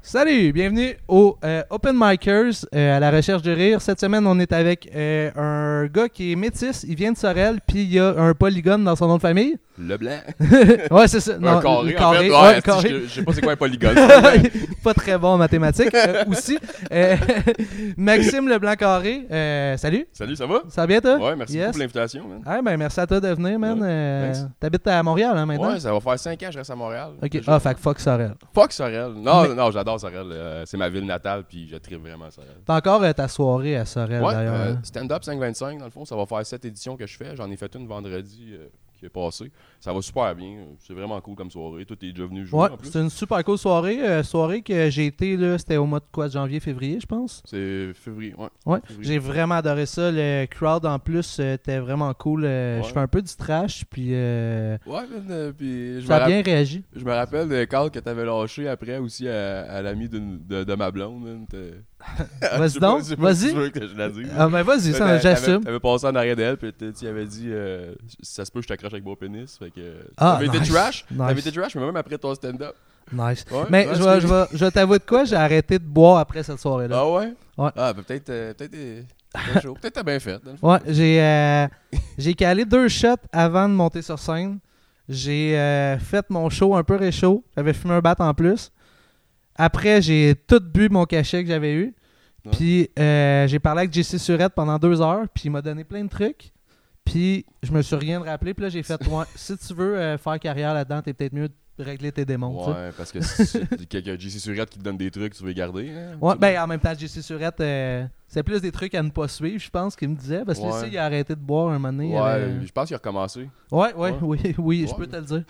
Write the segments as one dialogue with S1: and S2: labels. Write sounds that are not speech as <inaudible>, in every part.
S1: Salut, bienvenue au euh, Open Micers euh, à la recherche de rire. Cette semaine, on est avec euh, un gars qui est métis, il vient de Sorel, puis il y a un polygone dans son nom de famille.
S2: <laughs> Le
S1: <laughs>
S2: blanc.
S1: ouais, c'est ça.
S2: un carré, en
S1: ouais,
S2: fait. Ouais,
S1: un carré. <laughs>
S2: Je, je sais pas c'est quoi un polygone. Mais
S1: Pas très bon en mathématiques euh, aussi. Euh, <laughs> Maxime Leblanc-Carré, euh, salut,
S2: Salut,
S1: <laughs>
S2: ça va?
S1: ça va bien toi?
S2: Ouais, merci
S1: Yes.
S2: beaucoup pour l'invitation. man.
S1: Ah, ben, merci à toi de venir, man.
S2: Ouais,
S1: Euh,
S2: thanks.
S1: T'habites à Montréal hein, maintenant?
S2: Ouais, ça va faire 5 ans que je reste à Montréal.
S1: ok,
S2: Déjà.
S1: ah, fait que fuck Sorel.
S2: Fuck Sorel. Non,
S1: Mais-
S2: non, j'adore Sorel. Euh, c'est ma ville natale, puis je tripe vraiment Sorel.
S1: T'as encore euh, ta soirée à Sorel
S2: Ouais,
S1: d'ailleurs.
S2: euh,
S1: hein?
S2: stand-up 525, dans le fond, ça va faire 7 éditions que je fais. J'en ai fait une vendredi euh, qui est passée. Ça va super bien. C'est vraiment cool comme soirée. Tout est déjà venu jouer
S1: Ouais,
S2: en plus.
S1: c'est une super cool soirée. euh, soirée que j'ai été, là, c'était au mois de quoi, de janvier, février, je pense.
S2: C'est février, ouais.
S1: Ouais,
S2: Février.
S1: j'ai vraiment adoré ça. Le crowd en plus euh, était vraiment cool. euh, Je
S2: Ouais.
S1: fais un peu du trash, puis euh,
S2: Ouais, man, euh, puis je me
S1: ça a
S2: rappelle-
S1: bien réagi.
S2: Je me rappelle de Carl que t'avais lâché après aussi à, à l'ami d'une- de, de ma blonde. man. T'es-
S1: <laughs> Vas-y
S2: Je sais pas-
S1: donc,
S2: je sais pas si
S1: vas-y.
S2: tu veux que je la dise.
S1: Ah, ben vas-y, ça,
S2: T'avais-
S1: j'assume.
S2: T'avais, t'avais passé en arrière d'elle, puis t'es- tu avais dit euh, ça se peut que je t'accroche avec mon pénis. Fait que.
S1: Ah,
S2: t'avais
S1: nice,
S2: été trash. T'avais
S1: nice.
S2: été trash, mais même après ton stand-up.
S1: Nice.
S2: Ouais,
S1: Mais
S2: ouais,
S1: je vais,
S2: excuse.
S1: je vais- je vais t'avouer de quoi, j'ai arrêté de boire après cette soirée-là.
S2: Ah ouais?
S1: Ouais.
S2: Ah, ben peut-être. euh, peut-être. euh,
S1: <laughs>
S2: t'es chaud. peut-être t'as bien fait. dans le fond.
S1: Ouais, j'ai euh, <laughs> j'ai calé deux shots avant de monter sur scène. J'ai euh, fait mon show un peu réchaud. J'avais fumé un bat en plus. Après, j'ai tout bu mon cachet que j'avais eu.
S2: Ouais.
S1: Puis euh, j'ai parlé avec JC Surette pendant deux heures. Puis il m'a donné plein de trucs. Puis je me suis rien rappelé. Puis là, j'ai
S2: <laughs>
S1: fait Ouais, si tu veux euh, faire carrière là-dedans, t'es peut-être mieux de régler tes démons. tu sais.
S2: Ouais, parce que si tu- quelqu'un JC Surette qui te donne des trucs, tu veux les garder. hein?
S1: Ouais, ben en même temps, JC Surette, euh, c'est plus des trucs à ne pas suivre, je pense, qu'il me disait. Parce que lui
S2: Ouais.
S1: aussi, il a arrêté de boire un moment donné. euh, il
S2: Ouais,
S1: avait-
S2: je pense qu'il
S1: <laughs>
S2: a recommencé.
S1: Ouais, ouais,
S2: Ouais.
S1: oui, <laughs> oui, je peux
S2: Ouais, mais-
S1: te le dire.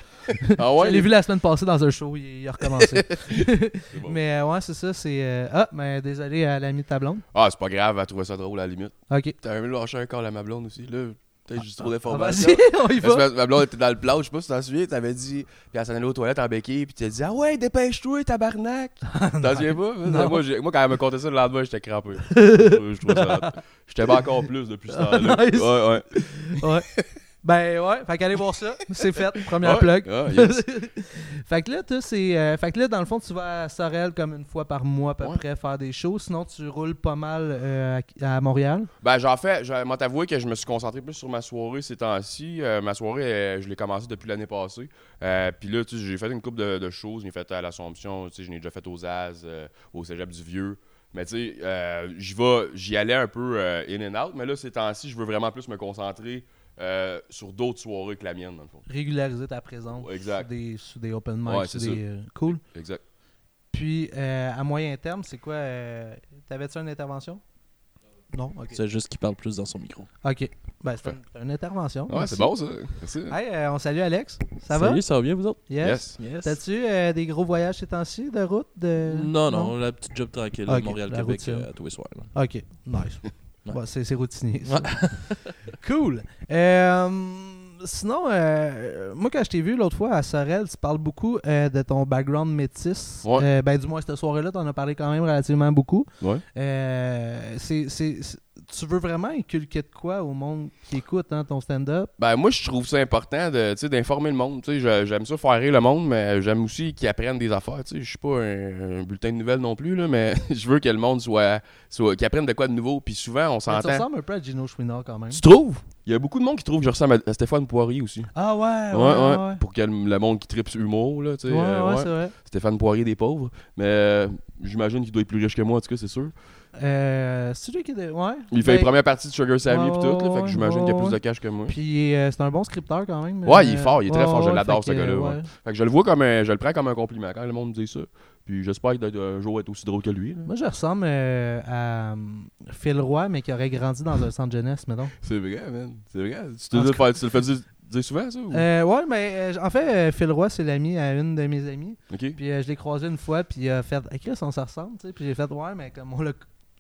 S2: Ah
S1: je
S2: ouais?
S1: l'ai vu la semaine passée dans un show, il, il a recommencé.
S2: <laughs> c'est
S1: <laughs>
S2: bon.
S1: mais euh, ouais, c'est ça, c'est. euh, Ah, mais désolé à l'ami de ta blonde.
S2: Ah, c'est pas grave, elle trouvait ça drôle à la limite.
S1: Ok.
S2: T'avais même lâché un corps à ma blonde aussi. Là, peut-être juste trop
S1: Ah,
S2: d'informations.
S1: Vas-y, <laughs> on y
S2: Parce
S1: va.
S2: que ma- ma blonde était dans le plan, je sais pas si t'en souviens, t'avais dit, puis elle s'en allait aux toilettes en béquille, puis t'as dit, ah ouais, dépêche-toi,
S1: <laughs>
S2: tabarnak! T'en souviens pas?
S1: Ah, Non.
S2: Moi, j'ai- moi, quand elle me contait ça le lendemain,
S1: <laughs>
S2: j'étais crampé. je trouvais ça. hot. J'étais pas encore plus depuis ce temps-là.
S1: Ah, nice.
S2: Ouais, ouais.
S1: Ouais. Ben ouais, fait qu'allez voir ça, c'est
S2: <laughs>
S1: fait, première
S2: Ouais.
S1: plug.
S2: Ah, yes.
S1: <laughs> fait que là, tu sais, c'est. euh, fait que là, dans le fond, tu vas à Sorel comme une fois par mois à peu
S2: Ouais.
S1: près faire des shows, sinon tu roules pas mal euh, à, à Montréal.
S2: Ben, j'en fais, je vais t'avouer que je me suis concentré plus sur ma soirée ces temps-ci. Euh, ma soirée, euh, je l'ai commencée depuis l'année passée. Euh, Puis là, tu sais, j'ai fait une coupe de, de choses. J'ai fait à l'Assomption, tu sais, je l'ai déjà fait aux As, euh, au Cégep du Vieux. Mais tu sais, euh, j'y vais- j'y allais un peu euh, in and out. Mais là, ces temps-ci, je veux vraiment plus me concentrer euh, sur d'autres soirées que la mienne, dans le fond.
S1: Régulariser ta présence
S2: Ouais,
S1: Sur,
S2: exact.
S1: des, sur des open mic,
S2: Ouais,
S1: sur
S2: c'est ça.
S1: des. euh, cool.
S2: Exact.
S1: Puis, euh, à moyen terme, c'est quoi euh, T'avais-tu une intervention Non, ok.
S3: C'est juste qu'il parle plus dans son micro.
S1: Ok. Ben, c'est une, une intervention.
S2: Ouais,
S1: Merci.
S2: c'est bon, ça. Merci.
S1: Hey, euh, on salue Alex. Ça
S3: Salut,
S1: va
S3: ça va bien, vous autres?
S1: Yes.
S2: Yes.
S1: T'as-tu euh, des gros voyages ces temps-ci de route de...
S3: Non, non, la petite job tranquille
S1: Ok,
S3: à
S1: la
S3: Montréal-Québec
S1: routine.
S3: euh, à tous les soirs. là.
S1: Ok, nice.
S3: <laughs> Ouais.
S1: Bon, c'est c'est routinier. ça. <laughs> cool. Euh, sinon, euh, moi, quand je t'ai vu l'autre fois à Sorel, tu parles beaucoup euh, de ton background métis.
S2: Ouais.
S1: Euh, ben, du moins, cette soirée-là, t'en as parlé quand même relativement beaucoup.
S2: Ouais.
S1: Euh, c'est- c'est- c'est- tu veux vraiment inculquer de quoi au monde qui écoute hein, ton stand-up?
S2: Ben moi je trouve ça important de tu sais, d'informer le monde, tu sais je- j'aime ça faire rire le monde mais j'aime aussi qu'ils apprennent des affaires, tu sais je suis pas un, un bulletin de nouvelles non plus là mais <laughs> je veux que le monde soit soit qu'ils apprennent de quoi de nouveau puis souvent on
S1: Ça
S2: s'entend.
S1: ressemble un peu à Gino Chouinard quand même.
S2: Tu trouves Il y a beaucoup de monde qui trouve que je ressemble à- à Stéphane Poirier aussi.
S1: Ah ouais,
S2: Ouais,
S1: ouais, ouais.
S2: ouais, pour que le le monde qui tripe sur l'humour là, tu sais
S1: Ouais,
S2: euh,
S1: ouais,
S2: ouais.
S1: c'est vrai.
S2: Stéphane Poirier des pauvres mais euh, j'imagine qu'il doit être plus riche que moi en tout cas, c'est sûr.
S1: Euh, c'est lui qui était. Ouais.
S2: Il
S1: Ben,
S2: fait les premières parties de Sugar Sammy
S1: Ouais,
S2: puis tout là, fait que
S1: ouais,
S2: j'imagine qu'il y a
S1: ouais,
S2: plus de cash que moi.
S1: Puis euh, c'est un bon scripteur quand même.
S2: Ouais, il
S1: euh,
S2: est fort, il est très
S1: ouais,
S2: fort, je
S1: ouais,
S2: l'adore,
S1: fait
S2: ce
S1: que,
S2: gars-là,
S1: ouais.
S2: ouais. Fait que je le vois comme un, je le prends comme un compliment quand le monde me dit ça. Puis j'espère que un jour être aussi drôle que lui. là.
S1: Moi, je ressemble euh, à hum, Phil Roy, mais qui aurait grandi dans un centre jeunesse, mettons.
S2: C'est vrai, man. C'est vrai. Tu,
S1: En
S2: te
S1: tout
S2: dis- faire- tu le fais dire, dire souvent, ça? Ou...
S1: Euh, ouais, mais euh, en fait, euh, Phil Roy, c'est l'ami à une de mes amies.
S2: ok.
S1: Puis euh, je l'ai croisé une fois, puis il a fait Ah, Chris, on se ressemble, tu sais. Puis j'ai fait Ouais, mais comme on a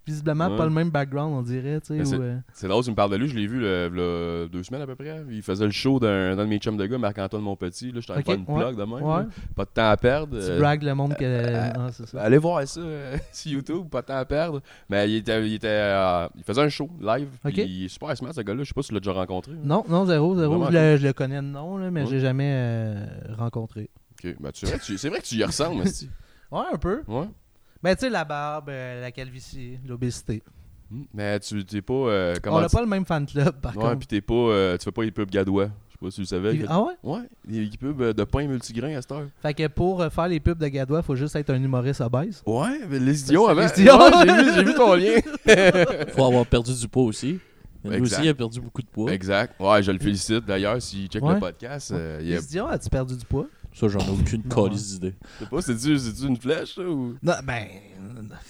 S1: visiblement
S2: Ouais.
S1: pas le même background, on dirait, tu
S2: Mais
S1: sais.
S2: c'est-
S1: ou, euh,
S2: C'est drôle, tu me parles de lui. Je l'ai vu le, v'là deux semaines à peu près. Il faisait le show d'un d'un de mes chums de gars, Marc-Antoine Monpetit. Là, je t'en
S1: Ok,
S2: pas une
S1: ouais,
S2: plug de même.
S1: ouais,
S2: là. Pas de temps à perdre.
S1: tu
S2: euh,
S1: bragues le monde que.
S2: euh,
S1: non, c'est ça.
S2: Allez voir ça euh, <laughs> sur YouTube, pas de temps à perdre. Mais il était, il était, euh, il faisait un show live.
S1: Ok.
S2: puis Il est super smart ce gars-là. Je sais pas si tu l'as déjà rencontré. hein.
S1: Non, non, zéro, zéro.
S2: Vraiment
S1: Je le, je le connais de nom, là, mais
S2: Ouais.
S1: j'ai jamais euh, rencontré. <laughs>
S2: Ok. Ben, tu- c'est vrai que tu y ressembles, esti.
S1: Ouais, un peu.
S2: Ouais.
S1: Ben, tu sais, la barbe, euh, la calvitie, l'obésité.
S2: Hmm. Mais tu t'es pas. euh, comment
S1: On n'a
S2: tu-
S1: pas le même fan club, par
S2: Ouais,
S1: contre.
S2: puis t'es pas. euh, tu fais pas les pubs gadois. Je sais pas si tu le savais.
S1: Il-
S2: que-
S1: Ah ouais?
S2: Ouais, les pubs euh, de pain multigrain à cette heure.
S1: Fait que pour euh, faire les pubs de Gadois, faut juste être un humoriste obèse. Ben,
S2: Ouais, mais les idiots avant.
S1: les idiots.
S2: <laughs> Ouais, j'ai vu, j'ai vu
S1: <laughs>
S2: ton lien.
S3: Faut avoir perdu du poids aussi. Lui
S2: Exact.
S3: aussi, il a perdu beaucoup de poids.
S2: Exact. <laughs> Ouais, je le félicite d'ailleurs. S'il check
S1: Ouais.
S2: le podcast, euh, il y
S1: Il
S2: a-
S1: se dit, ah, tu perdu du poids?
S3: Ça, j'en ai aucune
S1: Non.
S3: calice d'idée.
S2: je sais pas, c'est-tu c'est-tu une flèche ça, ou.
S1: Non, ben,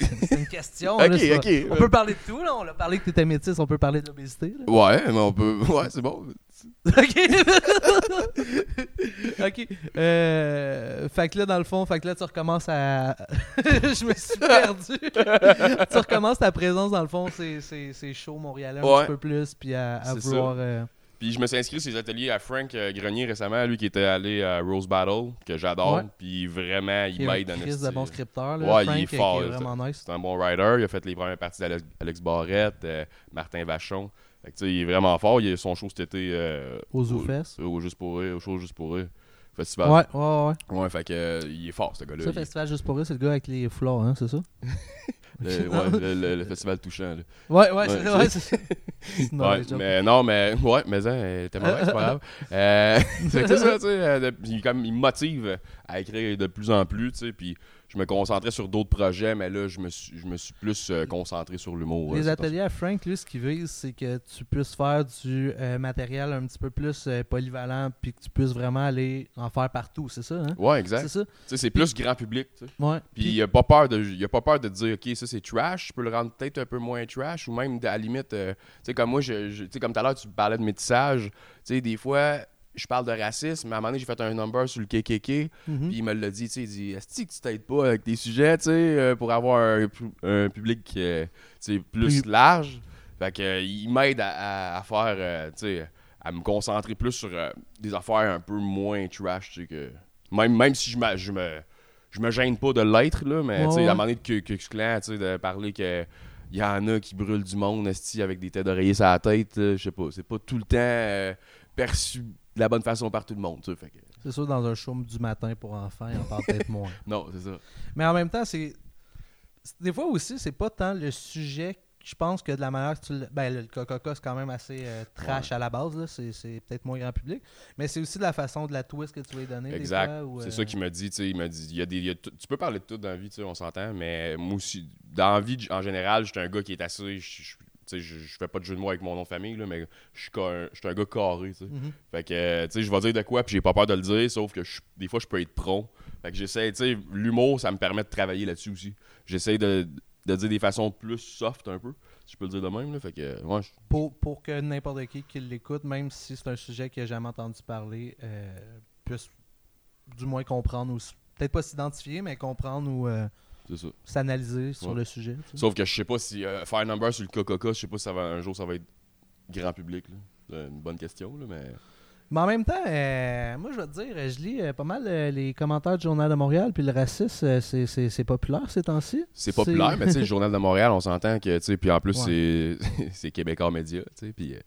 S1: c'est une question.
S2: <laughs> Ok,
S1: là, c'est pas-
S2: ok.
S1: On peut parler de tout, là. On a parlé que t'étais métisse, on peut parler de l'obésité. là. <laughs>
S2: Ouais, mais on peut. <laughs> Ouais, c'est bon.
S1: OK. <laughs> OK. Euh, fait que là, dans le fond, fait que là, tu recommences à... <laughs> Je me suis
S2: <laughs>
S1: perdu. tu recommences ta présence, dans le fond, c'est, c'est, c'est chaud montréalais un
S2: Ouais.
S1: petit peu plus, puis à, à
S2: C'est ça.
S1: vouloir... euh,
S2: Puis je me suis inscrit sur les ateliers à Frank euh, Grenier récemment, lui qui était allé à Rose Battle, que j'adore.
S1: Ouais.
S2: Puis vraiment, il
S1: qui est un
S2: m'aide en
S1: Chris de
S2: esti.
S1: bon scripteur, là,
S2: Ouais, il
S1: Frank,
S2: est
S1: qui
S2: fort, là,
S1: vraiment nice.
S2: C'est un bon rider. Il a fait les premières parties d'Alex Alex Barrette, euh, Martin Vachon. Fait que, tu sais, il est vraiment fort. Il a son show cet été. euh,
S1: Aux
S2: au-
S1: Zoufesses.
S2: euh, Au Juste pour Rire, au show Juste pour Rire.
S1: Ouais,
S2: Festival.
S1: ouais, ouais.
S2: Ouais, fait que, euh, il est fort, ce gars-là.
S1: Ça,
S2: Il-
S1: Festival Juste pour eux, c'est le gars avec les foulards, hein, c'est ça?
S2: le, ouais, le,
S1: <laughs>
S2: le- le festival touchant. là.
S1: Ouais, ouais, c'est
S2: Ouais.
S1: ouais, c'est-
S2: <laughs>
S1: c'est une
S2: ouais,
S1: mauvaise joke.
S2: mais non, mais ouais, mais hein, euh, t'es malade, c'est pas
S1: <laughs>
S2: grave. Euh, <laughs> fait que c'est ça, tu sais, euh, de- il, comme, il me motive à écrire de plus en plus, tu sais, puis je me concentrais sur d'autres projets, mais là, je me suis, je me suis plus euh, concentré sur l'humour.
S1: Les
S2: euh,
S1: ateliers à Frank, lui, ce qu'il vise, c'est que tu puisses faire du euh, matériel un petit peu plus euh, polyvalent, puis que tu puisses vraiment aller en faire partout, c'est ça, hein?
S2: Ouais,
S1: C'est
S2: exact.
S1: ça?
S2: Tu sais, c'est plus grand public, tu sais.
S1: Ouais.
S2: Puis il a pas peur de il a pas peur de dire OK, ça c'est trash, je peux le rendre peut-être un peu moins trash ou même à la limite euh, tu sais comme moi je, je- tu sais comme tout à l'heure tu parlais de métissage, tu sais des fois je parle de racisme, mais à un moment donné, j'ai fait un number sur le KKK,
S1: Mhm.
S2: puis il me l'a dit, tu sais, il dit, est-ce que tu t'aides pas avec tes sujets, tu sais, euh, pour avoir un, pu- un public, euh, tu sais, plus
S1: Plus-
S2: large? Fait que, euh, il m'aide à, à- à faire, euh, tu sais, à me concentrer plus sur euh, des affaires un peu moins trash, tu sais, que... Même, même si je, m'a- je me... Je me gêne pas de l'être, là, mais
S1: Ouais,
S2: tu sais,
S1: ouais.
S2: à un moment donné, que, que, que clan, tu sais, de parler que il y en a qui brûlent du monde, esti, avec des têtes d'oreiller sur la tête, euh, je sais pas, c'est pas tout le temps euh, perçu de la bonne façon par tout le monde, tu sais, fait que-
S1: C'est sûr, dans un show du matin pour enfants, il en parle peut-être
S2: <laughs>
S1: moins.
S2: Non, c'est ça.
S1: Mais en même temps, c'est. c'est- Des fois aussi, c'est pas tant le sujet, que je pense, que de la manière que tu. le- Ben, le Coca-Cola, c'est quand même assez euh, trash à la base, là. C'est, c'est peut-être moins grand public. Mais c'est aussi de la façon de la twist que tu vas lui donner. des
S2: Exact.
S1: fois, ou,
S2: C'est
S1: euh,
S2: ça qu'il me dit, tu sais, il me dit, il y a des, il y a tout- tu peux parler de tout dans la vie, tu sais, on s'entend, mais moi aussi, dans la vie, j- en général, j'étais un gars qui est assez, je- je- tu sais, je, je fais pas de jeu de mots avec mon nom de famille, là, mais je suis ca- je suis un gars carré, tu sais.
S1: Mhm.
S2: Fait que, euh, tu sais, je vais dire de quoi, puis j'ai pas peur de le dire, sauf que je- des fois, je peux être prompt. Fait que j'essaie, tu sais, l'humour, ça me permet de travailler là-dessus aussi. J'essaie de, de dire des façons plus soft un peu, si je peux le dire de même, là, fait que, euh, ouais, je-
S1: pour, pour que n'importe qui qui l'écoute, même si c'est un sujet qu'il n'a jamais entendu parler, euh, puisse du moins comprendre ou s- peut-être pas s'identifier, mais comprendre ou euh,
S2: c'est ça.
S1: s'analyser sur
S2: Ouais.
S1: le sujet. tu sais.
S2: Sauf que je sais pas si euh, faire number sur le Coca-Cola, je sais pas si ça va, un jour ça va être grand public. là. C'est une bonne question, là, mais.
S1: Mais en même temps, euh, moi je vais te dire, je lis euh, pas mal euh, les commentaires du Journal de Montréal, puis le racisme, euh, c'est- c'est c'est populaire ces temps-ci.
S2: C'est populaire, mais tu sais, le Journal de Montréal, on s'entend que, tu sais, puis en plus, c'est, <laughs> c'est Québécois Média, tu sais, puis euh,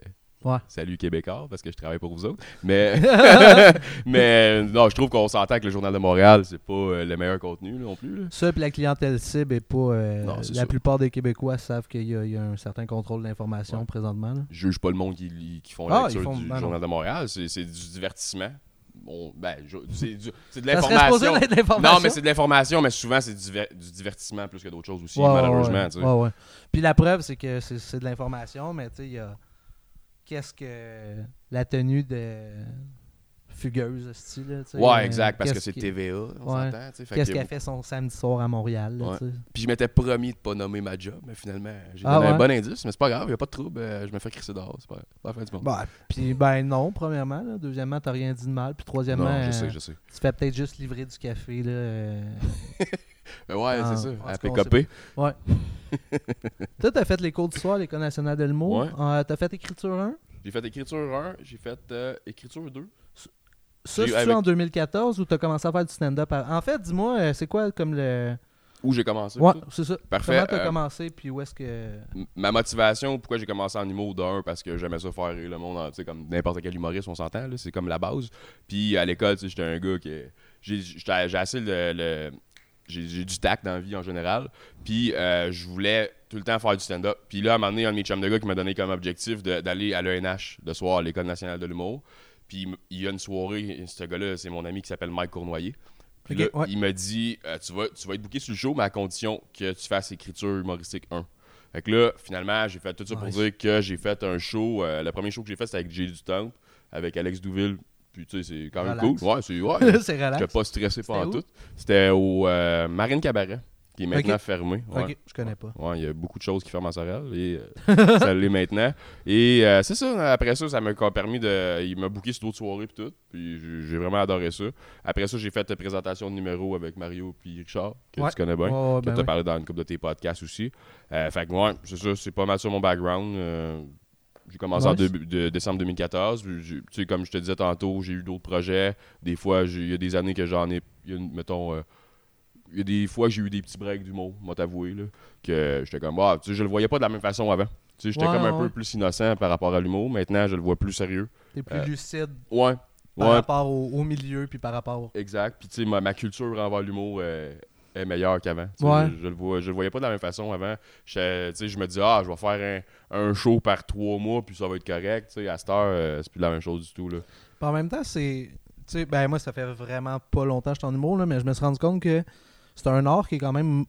S1: Ouais.
S2: salut Québécois, parce que je travaille pour vous autres. Mais,
S1: <laughs>
S2: mais non, je trouve qu'on s'entend que le Journal de Montréal, c'est pas euh, le meilleur contenu, là, non plus. là.
S1: Ça, puis la clientèle cible est pas. euh,
S2: Non,
S1: la
S2: c'est ça.
S1: plupart des Québécois savent qu'il y, a- il y a un certain contrôle de l'information
S2: Ouais.
S1: présentement. là.
S2: Je juge pas le monde qui, lit- qui font
S1: Ah,
S2: la
S1: ils
S2: lecture
S1: font-
S2: du
S1: ben non.
S2: Journal de Montréal, c'est, c'est du divertissement. Bon, ben, je- c'est, du- c'est de
S1: Ça serait supposé
S2: l'information.
S1: être de l'information.
S2: Non, mais c'est de l'information, mais souvent c'est du, diver- du divertissement plus que d'autres choses aussi,
S1: Ouais, ouais,
S2: malheureusement.
S1: ouais.
S2: tu sais.
S1: Ouais, ouais. Puis la preuve, c'est que c'est c'est de l'information, mais tu sais, il y a. Qu'est-ce que. La tenue de. Fugueuse, style, là, tu sais,
S2: Ouais,
S1: euh,
S2: exact, parce que
S1: qu'est-ce
S2: c'est
S1: qui-
S2: TVA, on
S1: Ouais.
S2: s'entend. tu sais, fait
S1: Qu'est-ce
S2: que-
S1: qu'elle fait son samedi soir à Montréal, là,
S2: Ouais.
S1: tu sais.
S2: Puis je m'étais promis de pas nommer ma job, mais finalement, j'ai
S1: Ah
S2: donné un
S1: ouais?
S2: bon indice, mais c'est pas grave, y a pas de trouble, euh, je me fais crisser dehors, c'est pas grave. Pas la fin du monde.
S1: Bah, puis ben non, premièrement. là. Deuxièmement, t'as rien dit de mal. Puis troisièmement,
S2: non, je
S1: euh,
S2: sais, je sais.
S1: tu fais peut-être juste livrer du café. Là, euh.
S2: Mais Ben ouais,
S1: Ah,
S2: c'est
S1: en tout
S2: ça, à
S1: cas, on
S2: PKP. <laughs>
S1: Toi, t'as fait les cours du soir, l'École nationale de l'humour.
S2: Ouais.
S1: Euh, t'as fait écriture 1.
S2: J'ai fait écriture 1, j'ai fait euh, écriture 2.
S1: Ça,
S2: J'ai-
S1: c'est-tu
S2: avec-
S1: en 2014 ou t'as commencé à faire du stand-up? à- En fait, dis-moi, euh, c'est quoi comme le...
S2: Où j'ai commencé.
S1: Ouais,
S2: tout.
S1: c'est ça.
S2: Parfait,
S1: Comment t'as
S2: euh,
S1: commencé, puis où est-ce que...
S2: M- Ma motivation, pourquoi j'ai commencé en humour d'un, parce que j'aimais ça faire rire le monde, en- tu sais, comme n'importe quel humoriste, on s'entend, là, c'est comme la base. Puis à l'école, tu sais, j'étais un gars qui. J'ai j'étais- j'ai assez le. le- j'ai j'ai du tact dans la vie en général. Puis euh, je voulais tout le temps faire du stand-up. Puis là, à un moment donné, un de mes chums de gars qui m'a donné comme objectif de- d'aller à l'ENH de soir, à l'École nationale de l'humour. Puis il m- il y a une soirée, ce gars-là, c'est mon ami qui s'appelle Mike Cournoyer. Puis
S1: Ok,
S2: là,
S1: ouais.
S2: il m'a dit euh, tu, vas, tu vas être booké sur le show, mais à condition que tu fasses écriture humoristique 1. Fait que là, finalement, j'ai fait tout ça pour
S1: Nice.
S2: dire que j'ai fait un show. euh, le premier show que j'ai fait, c'était avec Jay du Temple, avec Alex Douville. Puis tu sais, c'est quand même
S1: Relax.
S2: cool. Ouais, c'est.
S1: <laughs>
S2: Ouais,
S1: c'est relax.
S2: J'étais pas stressé pas en
S1: C'était où?
S2: tout. C'était au euh, Marine Cabaret, qui est maintenant
S1: Ok.
S2: fermé. Ouais.
S1: Ok, je connais pas.
S2: Ouais, il y a beaucoup de choses qui ferment à Sorel et euh, <laughs> ça l'est maintenant. Et euh, c'est ça, après ça, ça m'a encore permis de. Il m'a booké sur d'autres soirées et tout. Puis j'ai- j'ai vraiment adoré ça. Après ça, j'ai fait une présentation de numéro avec Mario puis Richard, que
S1: Ouais.
S2: tu connais bien.
S1: Ouais, ouais,
S2: que
S1: ben
S2: tu as
S1: oui.
S2: parlé dans une couple de tes podcasts aussi. Euh, fait que ouais, c'est ça, c'est pas mal ça mon background. Euh, j'ai commencé en
S1: Nice.
S2: début- de décembre 2014. Puis j'ai- Tu sais, comme je te disais tantôt, j'ai eu d'autres projets. Des fois, j'ai- il y a des années que j'en ai. il y a une- mettons. euh, il y a des fois que j'ai eu des petits breaks d'humour, moi t'avouer, là, que j'étais comme, ah, tu sais, je le voyais pas de la même façon avant. Tu sais, j'étais
S1: Ouais,
S2: comme un
S1: ouais.
S2: peu plus innocent par rapport à l'humour. Maintenant, je le vois plus sérieux.
S1: T'es plus
S2: Euh,
S1: lucide
S2: Ouais,
S1: par
S2: ouais,
S1: rapport au, au milieu puis par rapport. au-
S2: exact. Puis, tu sais, ma, ma culture envers l'humour euh, est meilleure qu'avant. Tu sais,
S1: Ouais.
S2: Je, je le vois, je le voyais pas de la même façon avant. Je, tu sais, je me dis, ah, je vais faire un, un show par trois mois, puis ça va être correct. Tu sais, à cette heure, euh, c'est plus la même chose du tout, là.
S1: Puis en même temps, c'est. Tu sais, ben moi, ça fait vraiment pas longtemps que je suis en humour, là, mais je me suis rendu compte que c'est un art qui est quand même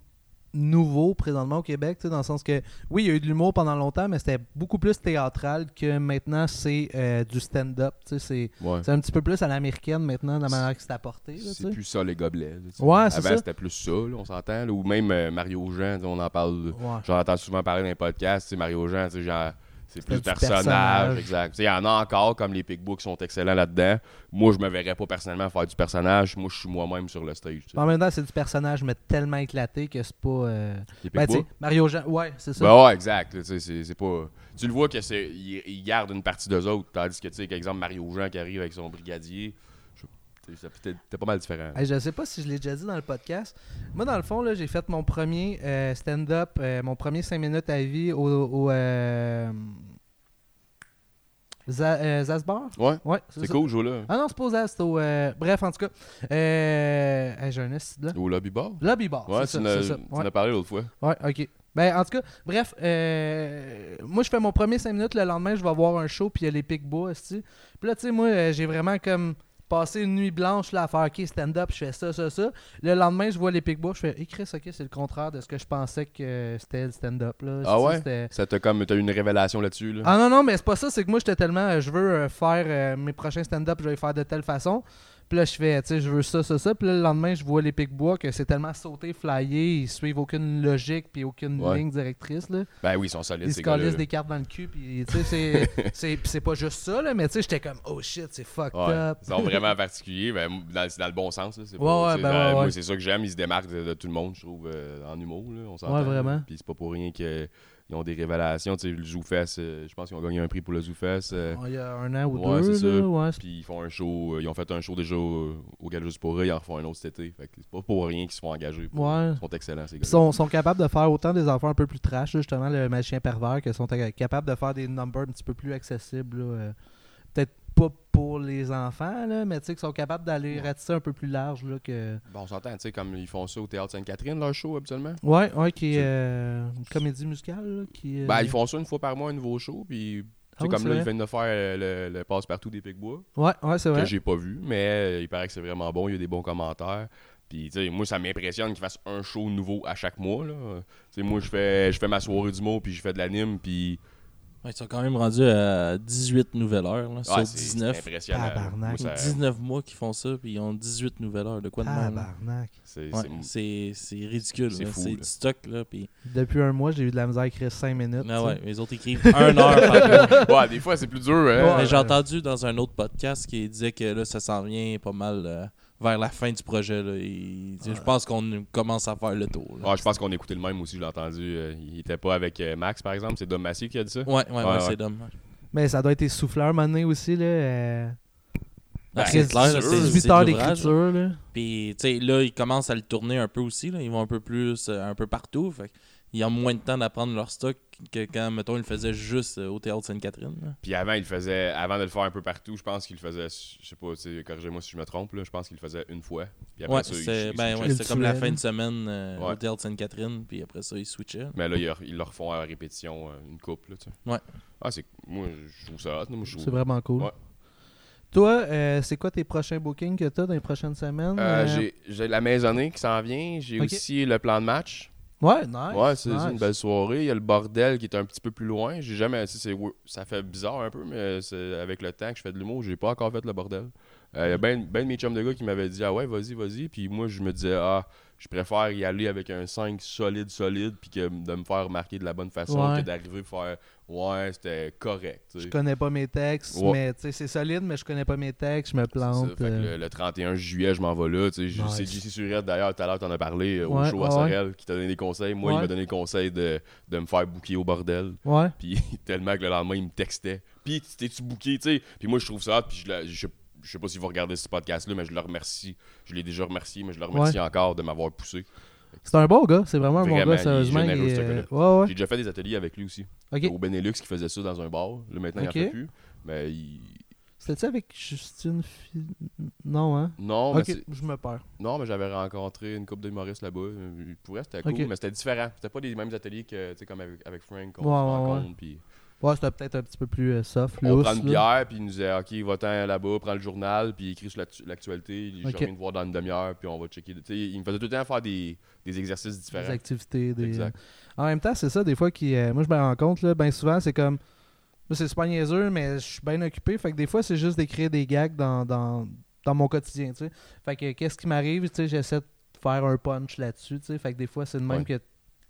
S1: nouveau présentement au Québec, tu sais, dans le sens que, oui, il y a eu de l'humour pendant longtemps, mais c'était beaucoup plus théâtral que maintenant, c'est euh, du stand-up. tu sais, C'est
S2: Ouais.
S1: c'est un petit peu plus à l'américaine maintenant, de la manière que c'est apporté. là, tu
S2: C'est
S1: sais.
S2: plus ça, les gobelets. là, tu sais.
S1: Ouais, c'est
S2: Avant,
S1: ça.
S2: c'était plus ça, là, on s'entend. là. Ou même euh, Mario Jean, tu sais, on en parle. là.
S1: Ouais.
S2: J'en entends souvent parler dans les podcasts, c'est Mario Jean, tu sais, genre, c'est plus
S1: du
S2: personnage,
S1: personnage.
S2: exact. Tu sais, Il y en a encore comme les Picbooks qui sont excellents là-dedans. Moi, je me verrais pas personnellement faire du personnage. Moi, je suis moi-même sur le stage. tu sais.
S1: Puis en même temps, c'est du personnage, mais tellement éclaté que c'est pas. euh,
S2: Les
S1: Ben, tu sais,
S2: Picbooks?
S1: Mario Jean, ouais, c'est ça.
S2: Ben ouais, exact. là, tu sais, c'est- c'est pas- Tu le vois que c'est. il- il garde une partie d'eux autres. Tandis que, tu sais, qu'exemple, Mario Jean qui arrive avec son brigadier, je- tu sais, ça peut être- c'était pas mal différent.
S1: Hey, je sais pas si je l'ai déjà dit dans le podcast. Moi, dans le fond, là, j'ai fait mon premier euh, stand-up, euh, mon premier 5 minutes à vie au. au euh, Za- euh, Zaz Bar?
S2: Ouais,
S1: Ouais,
S2: c'est
S1: ça.
S2: cool, je là.
S1: Ah non, c'est pas au Zaz, c'est au. euh, bref, en tout cas. Euh, hey, j'ai un S là.
S2: Au lobby bar.
S1: Lobby Bar.
S2: Ouais,
S1: c'est
S2: tu
S1: ça.
S2: n'as
S1: c'est ça. Ouais.
S2: parlé l'autre fois.
S1: Ouais, ok. Ben, en tout cas, bref, euh, moi, je fais mon premier 5 minutes. Le lendemain, je vais voir un show, puis il y a les Pic Bois, aussi. Puis là, tu sais, moi, euh, j'ai vraiment comme passé une nuit blanche là, à faire OK, stand-up, je fais ça, ça, ça. Le lendemain, je vois les Pic Bois, je fais écris OK, c'est le contraire de ce que je pensais que euh, c'était le stand-up. là.
S2: Ah
S1: Tu sais,
S2: ouais?
S1: c'était-
S2: Ça t'a comme. T'as eu une révélation là-dessus, là.
S1: ah non, non, mais c'est pas ça. C'est que moi, j'étais tellement. euh, je veux euh, faire euh, mes prochains stand-up, je vais les faire de telle façon. Puis là, je fais, tu sais, je veux ça, ça, ça. Puis là, le lendemain, je vois les pics-bois que c'est tellement sauté, flyé, ils suivent aucune logique puis aucune
S2: Ouais.
S1: ligne directrice. Là.
S2: Ben oui, ils sont solides,
S1: Ils se
S2: ces gars-là.
S1: calissent des cartes dans le cul. Puis, tu sais, c'est-
S2: <laughs>
S1: c'est- puis c'est pas juste ça, là, mais tu sais, j'étais comme, oh shit, c'est fucked
S2: Ouais.
S1: up.
S2: Ils sont vraiment particuliers, ben, dans, c'est dans le bon sens. là, c'est
S1: Ouais,
S2: pas-
S1: ouais,
S2: c'est
S1: ben
S2: dans-
S1: ouais,
S2: moi,
S1: ouais.
S2: c'est ça que j'aime, ils se démarquent de, de tout le monde, je trouve, euh, en humour. Là, on s'entend,
S1: Ouais, vraiment.
S2: là. Puis c'est pas pour rien qu'ils ont des révélations. Tu sais, le ZooFest, euh, je pense qu'ils ont gagné un prix pour le ZooFest. euh,
S1: Il y a un an ou
S2: Ouais,
S1: deux.
S2: c'est
S1: là,
S2: ça.
S1: ouais, c'est-
S2: Puis ils font un show, euh, ils ont fait un show déjà euh, au, au Gala Juste pour rire, ils en refont un autre cet été. Fait que c'est pas pour rien qu'ils se font engager. pour-
S1: Ouais.
S2: Ils sont excellents, ces
S1: Ils
S2: gars-là.
S1: sont, sont capables de faire autant des affaires un peu plus trash, là, justement, le magicien pervers, que sont euh, capables de faire des numbers un petit peu plus accessibles. là, euh, Peut-être pas pour les enfants, là, mais tu sais, qu'ils sont capables d'aller
S2: Ouais.
S1: ratisser un peu plus large. Là, que...
S2: Bon, on s'entend, tu sais, comme ils font ça au Théâtre Sainte-Catherine, leur show, habituellement.
S1: Ouais, ouais, qui est
S2: C'est-
S1: euh, une comédie musicale. là, qui, euh,
S2: Ben, ils font ça une fois par mois, un nouveau show, puis...
S1: Ah
S2: tu sais,
S1: oui,
S2: comme
S1: c'est
S2: là, ils
S1: vrai.
S2: viennent de faire euh, le, le passe-partout des Picbois.
S1: Ouais, ouais, c'est vrai.
S2: que j'ai pas vu, mais euh, il paraît que c'est vraiment bon, il y a des bons commentaires. Puis, tu sais, moi, ça m'impressionne qu'ils fassent un show nouveau à chaque mois. Là. Euh, Tu sais, moi, je fais, je fais ma soirée du mot, puis je fais de l'anime, puis.
S3: Ouais, ils sont quand même rendus à 18 nouvelles heures, là,
S2: Ah,
S3: sur
S2: c'est- c'est
S3: 19.
S2: impressionnant.
S1: Tabarnak.
S2: Moi, ça-
S3: Ça fait 19 mois qu'ils font ça, puis ils ont 18 nouvelles heures. De quoi de même? là?
S1: Tabarnak.
S2: c'est-
S3: Ouais,
S2: Ah, bah. c'est-
S3: c'est c'est ridicule.
S2: C'est
S3: là.
S2: fou,
S3: C'est
S2: là.
S3: du stock, là. Puis...
S1: Depuis un mois, j'ai eu de la misère à écrire 5 minutes.
S3: Ah
S1: tu
S3: ouais,
S1: sais.
S3: les autres écrivent 1 heure par
S2: <laughs> <laughs>
S3: mois.
S2: Ouais, des fois, c'est plus dur. hein.
S1: Ouais.
S3: Euh, Mais j'ai entendu dans un autre podcast qui disait que là, ça s'en vient pas mal euh, vers la fin du projet. là. Il- tu sais, Je pense qu'on commence à faire le tour. là.
S2: Ah, je pense qu'on écoutait le même aussi, je l'ai entendu. Euh, il était pas avec euh, Max, par exemple, c'est Dom Massy qui a dit ça.
S3: Ouais, ouais, ouais,
S2: Ouais, ouais.
S3: c'est dommage.
S1: Mais ça doit être souffleur, mané aussi. Là, euh,
S3: Ah,
S1: après
S3: c'est clair, là, c'est
S1: 18
S3: c'est
S1: heures
S3: de l'ouvrage, là.
S2: hein.
S1: d'écriture. là.
S3: Puis, tu sais, là, ils commencent à le tourner un peu aussi. Là. Ils vont un peu plus, euh, un peu partout. Fait que ils ont moins de temps d'apprendre leur stock que quand, mettons, ils le faisaient juste euh, au Théâtre Sainte-Catherine. là.
S2: Puis avant, il faisait, avant de le faire un peu partout, je pense qu'il le faisait, je sais pas, tu sais, corrigez-moi si je me trompe, là, je pense qu'il le faisait une fois. Puis après
S3: Ouais,
S2: ça, il-
S3: c'est
S2: il
S3: ben,
S2: switchait.
S3: ouais, c'est comme la fin
S1: Culturel.
S3: de semaine euh,
S2: Ouais.
S3: au Théâtre Sainte-Catherine, puis après ça, ils switchaient.
S2: Mais là, ils, leur- ils le refont à répétition euh, une couple, là, tu sais.
S3: Ouais.
S2: Ah, c'est. Moi, je trouve ça hot, là, moi, je
S1: C'est
S2: trouve.
S1: vraiment cool.
S2: Ouais.
S1: Toi, euh, c'est quoi tes prochains bookings que t'as dans les prochaines semaines?
S2: Euh,
S1: Euh,
S2: j'ai- J'ai la maisonnée qui s'en vient, j'ai
S1: Ok.
S2: aussi le plan de match.
S1: Ouais, nice.
S2: ouais, c'est c'est
S1: nice.
S2: une belle soirée. Il y a le bordel qui est un petit peu plus loin. J'ai jamais. tu sais, c'est- ouais, ça fait bizarre un peu, mais c'est avec le temps que je fais de l'humour, j'ai pas encore fait le bordel. Euh, Il y a ben, ben de mes chums de gars qui m'avaient dit Ah ouais, vas-y, vas-y. Puis moi, je me disais Ah, je préfère y aller avec un 5 solide, solide, puis que de me faire marquer de la bonne façon
S1: Ouais.
S2: que d'arriver faire Ouais, c'était correct. tu sais.
S1: Je connais pas mes textes,
S2: Ouais.
S1: mais tu sais, c'est solide, mais je connais pas mes textes, je me plante.
S2: C'est ça. Fait que
S1: euh,
S2: le, le 31 juillet, je m'en vais là. tu sais, je-
S1: Nice.
S2: C'est JC Surette, d'ailleurs, tout à l'heure, t'en as parlé euh,
S1: Ouais,
S2: au show à
S1: ouais.
S2: Sorel, qui t'a donné des conseils. Moi, il
S1: Ouais.
S2: m'a donné le conseil de, de me faire bouquer au bordel.
S1: Ouais.
S2: Puis <laughs> tellement que le lendemain, il me textait. Puis t'es-tu bouqué, tu sais? Puis moi, je trouve ça hot. Puis je, la- je, sais- je sais pas si vous regardez ce podcast-là, mais je le remercie. Je l'ai déjà remercié, mais je le remercie encore de m'avoir poussé.
S1: C'est un bon gars, c'est vraiment un bon gars,
S2: Vraiment, il est
S1: sérieusement.
S2: généreux,
S1: il
S2: ce
S1: est- Ouais, ouais.
S2: J'ai déjà fait des ateliers avec lui aussi.
S1: Ok.
S2: Au Benelux, qui faisait ça dans un bar. Là, maintenant,
S1: Ok.
S2: il en fait plus. Mais il-
S1: C'était-tu avec Justine Fi- Non, hein?
S2: Non, mais
S1: Ok,
S2: c'est-
S1: je me perds.
S2: Non, mais j'avais rencontré une couple d'humoristes là-bas. Euh, Pour vrai, c'était cool,
S1: Ok.
S2: mais c'était différent. C'était pas les mêmes ateliers que, tu sais, comme avec, avec Frank, on
S1: Ouais,
S2: se
S1: ouais,
S2: rencontre, puis
S1: Ouais, c'était peut-être un petit peu plus euh, soft,
S2: on
S1: lousse,
S2: prend une
S1: là.
S2: bière, puis il nous disait, OK, va-t'en là-bas, prends le journal, puis écris sur l'actu- l'actualité, il
S1: Ok.
S2: je reviens te voir dans une demi-heure, puis on va checker. Tu sais, il me faisait tout le temps faire des, des exercices
S1: des
S2: différents.
S1: activités. Des...
S2: Exact.
S1: En même temps, c'est ça, des fois, qui, euh, moi, je me rends compte, là, bien souvent, c'est comme. Moi, c'est super niaiseux, mais je suis bien occupé. Fait que des fois, c'est juste d'écrire des gags dans, dans, dans mon quotidien, tu sais. Fait que euh, qu'est-ce qui m'arrive, tu sais, j'essaie de faire un punch là-dessus, tu sais. Fait que des fois, c'est de même
S2: Ouais.
S1: que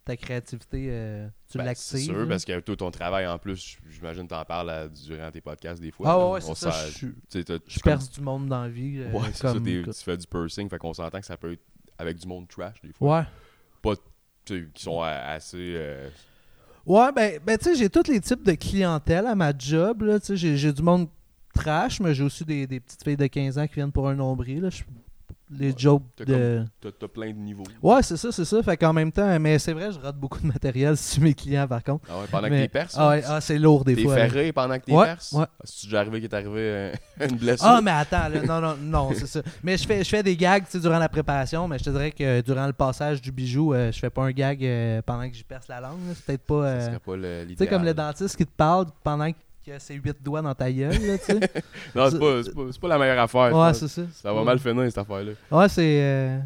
S1: ta créativité, euh, tu
S2: Ben,
S1: l'actives.
S2: c'est sûr,
S1: là.
S2: parce que tout ton travail, en plus, j'imagine t'en parles à- durant tes podcasts des fois.
S1: Ah
S2: là.
S1: ouais, ouais,
S2: On
S1: c'est ça.
S2: sert-
S1: Je, suis-
S2: tu sais, t'as-
S1: je
S2: comme-
S1: perds du monde dans la vie. euh,
S2: Ouais, c'est ça,
S1: comme,
S2: t'es- tu fais du pursing, fait qu'on s'entend que ça peut être avec du monde trash, des fois.
S1: Ouais.
S2: tu sais, qui sont euh, assez... euh,
S1: Ouais, ben, ben tu sais, j'ai tous les types de clientèle à ma job. Là, tu sais, j'ai, j'ai du monde trash, mais j'ai aussi des, des petites filles de 15 ans qui viennent pour un nombril. Là, Je- les
S2: Ouais,
S1: jokes
S2: t'as
S1: de.
S2: T'as t'as plein de niveaux.
S1: Ouais, c'est ça, c'est ça. Fait qu'en même temps, mais c'est vrai, je rate beaucoup de matériel <laughs> sur mes clients, par contre.
S2: Ah ouais, pendant
S1: Mais-
S2: que t'es perses.
S1: Ah, ouais, ah, c'est lourd des
S2: t'es
S1: fois. là.
S2: ferré pendant que t'es
S1: Ouais,
S2: perses.
S1: ouais.
S2: C'est déjà arrivé qu'il est arrivé euh, <laughs> une blessure.
S1: Ah, mais attends, là, non, non, non, c'est ça. Mais je fais, je fais des gags tu sais, durant la préparation, mais je te dirais que euh, durant le passage du bijou, euh, je fais pas un gag euh, pendant que j'y perce la langue. là. C'est peut-être pas.
S2: Ça
S1: euh,
S2: serait pas le-
S1: tu sais,
S2: l'idéal.
S1: comme le dentiste qui te parle pendant que ses huit doigts dans ta gueule, là, tu sais.
S2: Non, c'est pas, c'est pas, c'est pas la meilleure affaire. je
S1: Ouais,
S2: pense.
S1: c'est ça.
S2: ça va mal finir, cette affaire-là.
S1: Ouais, c'est. euh,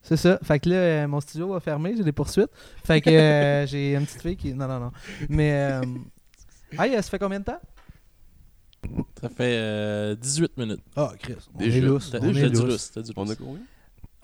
S1: C'est ça. Fait que là, euh, mon studio va fermer, j'ai des poursuites. Fait que
S2: <laughs>
S1: euh, j'ai une petite fille qui. Non, non, non. Mais. euh, Ah, ça fait combien de temps?
S3: Ça fait euh, 18 minutes.
S1: Ah, Chris. On
S2: Déjà-
S1: est lousse.
S3: T'as
S1: On
S3: t'as
S1: est
S3: du
S1: lousse.
S3: lousse, t'as du
S2: On a
S3: lousse.
S2: combien?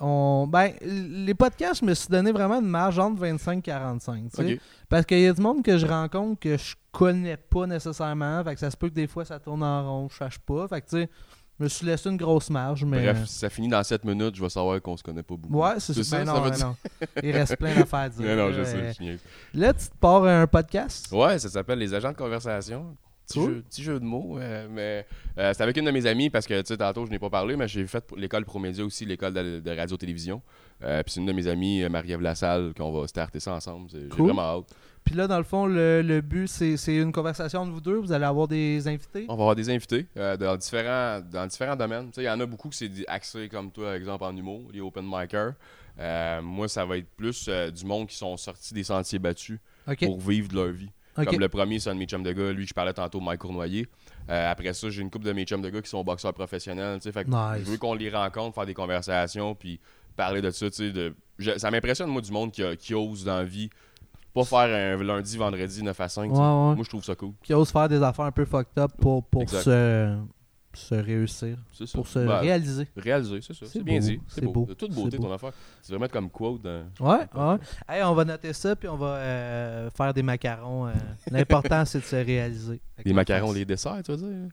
S1: On- Ben, les podcasts, je me suis donné vraiment une marge entre 25-45. tu sais.
S2: OK.
S1: Parce qu'il y a du monde que je rencontre que je connais pas nécessairement. Fait que ça se peut que des fois, ça tourne en rond, je cherche pas. Fait que, tu sais, je me suis laissé une grosse marge, mais. euh,
S2: Bref, si ça finit dans 7 minutes, je vais savoir qu'on se connaît pas beaucoup.
S1: Ouais, c'est ça. Ben non,
S2: veut
S1: ben
S2: dire-
S1: non. Il reste plein d'affaires à dire.
S2: <laughs> Non, non, je
S1: là,
S2: sais,
S1: euh,
S2: je suis niaise.
S1: Là, tu te pars un podcast.
S2: Ouais, ça s'appelle Les agents de conversation. Petit,
S1: Cool.
S2: jeu, petit jeu de mots, euh, mais euh, c'est avec une de mes amies parce que tu sais, tantôt je n'ai pas parlé, mais j'ai fait pour l'école Promédia aussi, l'école de, de radio-télévision. Euh, Puis c'est une de mes amies, euh, Marie-Ève Lassalle, qu'on va starter ça ensemble. C'est- J'ai
S1: Cool.
S2: vraiment hâte.
S1: Puis là, dans le fond, le, le but, c'est c'est une conversation de vous deux. Vous allez avoir des invités.
S2: On va avoir des invités euh, dans, différents, dans différents domaines. Tu sais, Il y en a beaucoup qui c'est axé comme toi, exemple en humour, les open micers. Euh, moi, ça va être plus euh, du monde qui sont sortis des sentiers battus
S1: OK.
S2: pour vivre de leur vie.
S1: OK.
S2: Comme le premier, c'est un de mes chums de gars, lui que je parlais tantôt, Mike Cournoyer. Euh, après ça, j'ai une couple de mes chums de gars qui sont boxeurs professionnels. tu sais, Fait que
S1: Nice.
S2: Je veux qu'on les rencontre, faire des conversations, puis parler de ça. tu sais, De... je- Ça m'impressionne, moi, du monde qui, a- qui ose dans la vie. Pas faire un lundi, vendredi, 9 à 5. tu sais.
S1: Ouais, ouais.
S2: Moi, je trouve ça cool.
S1: Qui osent faire des affaires un peu fucked up pour, pour
S2: Exact.
S1: se, se réussir,
S2: C'est ça.
S1: pour se
S2: Ben,
S1: réaliser.
S2: Réaliser, c'est ça.
S1: C'est
S2: C'est bien
S1: beau,
S2: dit.
S1: c'est
S2: C'est beau.
S1: beau,
S2: De toute
S1: c'est
S2: beauté,
S1: beau.
S2: ton affaire. Tu veux mettre comme quote dans-
S1: Ouais, ouais. Hey, on va noter ça, puis on va euh, faire des macarons. euh. L'important, <laughs> c'est de se réaliser. Fait
S2: Les
S1: qu'on
S2: macarons,
S1: fasse-
S2: les desserts, tu veux dire.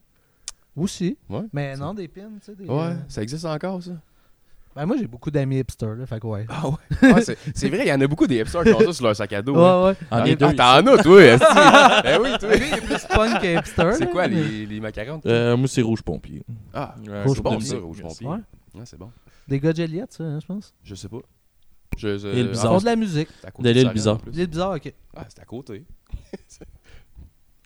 S1: Aussi.
S2: Ouais.
S1: Mais non, des pins, tu sais. des- euh.
S2: Ouais, ça existe
S1: <laughs>
S2: encore, ça.
S1: Ben, moi, j'ai beaucoup d'amis hipsters, là, fait que ouais.
S2: Ah ouais. Ah, c'est- c'est vrai, il y en a beaucoup des hipsters qui ont ça sur leur sac à dos. hein.
S1: Ouais, ouais.
S3: On
S2: Ah,
S3: est deux.
S2: T'en as, toi, esti. Ben oui, toi.
S1: Lui, il est plus punk que hipster.
S2: C'est
S1: là,
S2: quoi
S1: mais-
S2: les, les macarons?
S3: Euh, moi, c'est rouge pompier.
S2: Ah,
S3: Ouais,
S1: Rouge
S2: c'est
S3: c'est
S2: bon
S1: pompier.
S2: ça, rouge pompier.
S1: Ouais.
S2: Ouais, c'est bon.
S1: Des gars de Joliette, ça, hein, je pense.
S2: Je sais pas. Je, je-
S3: L'île Bizarre.
S2: Ah,
S1: Ils font de la musique.
S2: c'est à
S3: De
S2: côté
S3: l'île
S2: Saran, en
S3: Bizarre.
S2: plus.
S1: L'île bizarre, ok.
S2: Ah, c'est à côté.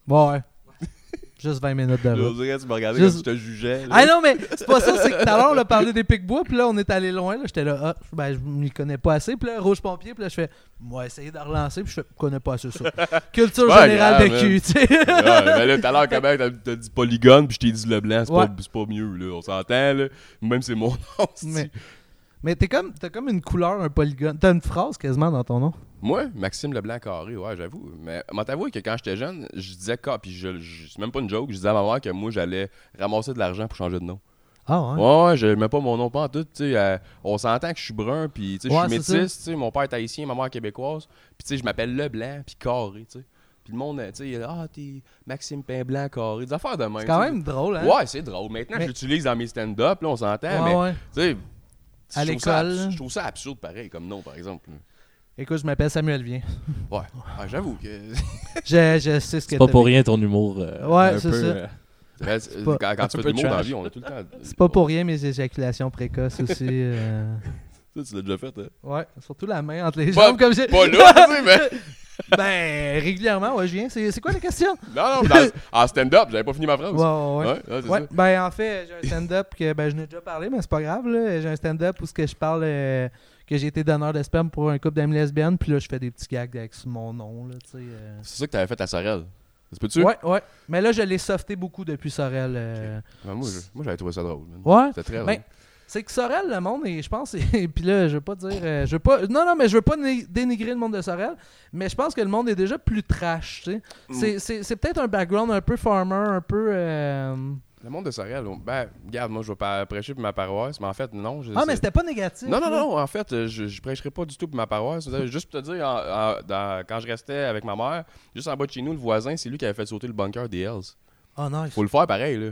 S1: Bon, ouais. <laughs> Juste 20 minutes de
S2: Là, on
S1: route.
S2: dirait que tu me regardais
S1: Juste-
S2: comme si je te jugeais. là.
S1: Ah
S2: <laughs>
S1: non, mais c'est pas ça, c'est que tout à l'heure, on a parlé des Pic-Bois, puis là, on est allé loin, là, j'étais là, ah, ben, je m'y connais pas assez, puis là, Rouge Pompier, puis là, je fais, moi, essayer de relancer, puis je fais, je connais pas assez ça.
S2: <laughs>
S1: Culture
S2: Ouais,
S1: générale de
S2: grave,
S1: cul, tu sais. <laughs>
S2: Ah, mais là, tout à l'heure, comment t'as- t'as dit polygone, puis je t'ai dit le blanc, c'est
S1: Ouais.
S2: pas, c'est pas mieux, là. On s'entend, là. Même c'est mon nom, <laughs> c'est-
S1: Mais, mais t'es comme, t'as comme une couleur, un polygone, t'as une phrase quasiment dans ton nom.
S2: Moi, Maxime Leblanc Carré, ouais, j'avoue. Mais moi, t'avouer que quand j'étais jeune, je disais K, puis je, je- c'est même pas une joke, je disais à ma mère que moi, j'allais ramasser de l'argent pour changer de nom.
S1: Ah ouais?
S2: Ouais, ouais, je mets pas mon nom pas en tout, tu sais. euh, on s'entend que je suis brun, puis tu sais,
S1: Ouais,
S2: je suis
S1: c'est
S2: métisse, tu sais. Mon père est haïtien, ma mère est québécoise, puis tu sais, je m'appelle Leblanc, puis Carré, tu sais. Puis le monde, euh, tu sais, il est là, ah, t'es Maxime Pain-Blanc Carré, des affaires de même.
S1: C'est quand
S2: tu sais.
S1: même drôle, hein?
S2: Ouais, c'est drôle. Maintenant,
S1: Mais-
S2: je l'utilise dans mes stand-up, là, on s'entend,
S1: Ouais,
S2: mais
S1: ouais.
S2: tu sais.
S1: À
S2: je trouve ça
S1: l'école,
S2: abs-
S1: là.
S2: Je trouve ça absurde pareil comme nom, par exemple.
S1: Écoute, je m'appelle Samuel
S2: <laughs>
S1: Vien.
S2: Ouais, Ouais, j'avoue
S1: <laughs>
S2: que.
S1: Je, je sais ce que
S3: C'est pas
S1: t'as
S3: pour
S1: vécu.
S3: rien ton humour. euh,
S1: Ouais,
S3: un
S1: c'est
S3: peu,
S1: ça.
S3: euh,
S2: C'est vrai, c'est-
S1: pas-
S2: Ben, Quand, quand
S3: un
S2: tu fais de
S3: peu
S2: l'humour dans la
S3: trash.
S2: vie, on a tout le temps.
S1: <laughs> C'est pas pour rien mes éjaculations précoces
S2: <laughs>
S1: aussi. euh.
S2: Ça, tu l'as déjà fait, hein?
S1: Ouais, surtout la main entre les
S2: Pas-
S1: jambes comme j'ai. <laughs>
S2: Pas là, tu sais, mais.
S1: ben, régulièrement, ouais, je viens. C'est c'est quoi la question?
S2: Non, non, dans- en stand-up, j'avais pas fini ma phrase.
S1: <laughs> Ouais, ouais, ouais.
S2: Ouais, ouais, c'est
S1: Ouais,
S2: ça.
S1: ben en fait, j'ai un stand-up que ben, je n'ai déjà parlé, mais c'est pas grave. là. J'ai un stand-up où ce que je parle euh, que j'ai été donneur de sperme pour un couple d'amis lesbiennes, puis là, je fais des petits gags avec mon nom. Là, tu sais, euh.
S2: C'est ça que t'avais fait à Sorel. C'est peux-tu?
S1: Ouais, ouais. Mais là, je l'ai softé beaucoup depuis Sorel. euh.
S2: Ouais, Ben, moi, je- moi, j'avais trouvé ça drôle. man.
S1: Ouais.
S2: C'était très
S1: Ben,
S2: drôle.
S1: C'est que Sorel, le monde, et je pense, <laughs> et puis là, je veux pas dire, euh, je veux pas, non, non, mais je veux pas né- dénigrer le monde de Sorel, mais je pense que le monde est déjà plus trash, tu sais.
S2: Mm.
S1: C'est- C'est c'est peut-être un background un peu farmer, un peu. euh,
S2: Le monde de Sorel, on- ben, regarde, moi, je vais pas prêcher pour ma paroisse, mais en fait, non. je-
S1: Ah, mais
S2: c'est-
S1: c'était pas négatif.
S2: Non, non,
S1: là.
S2: non, en fait, euh, je, je prêcherai pas du tout pour ma paroisse. Vous savez, Juste pour te dire, en- en- dans- quand je restais avec ma mère, juste en bas de chez nous, le voisin, c'est lui qui avait fait sauter le bunker des Hells.
S1: Oh, nice.
S2: Faut le faire pareil, là.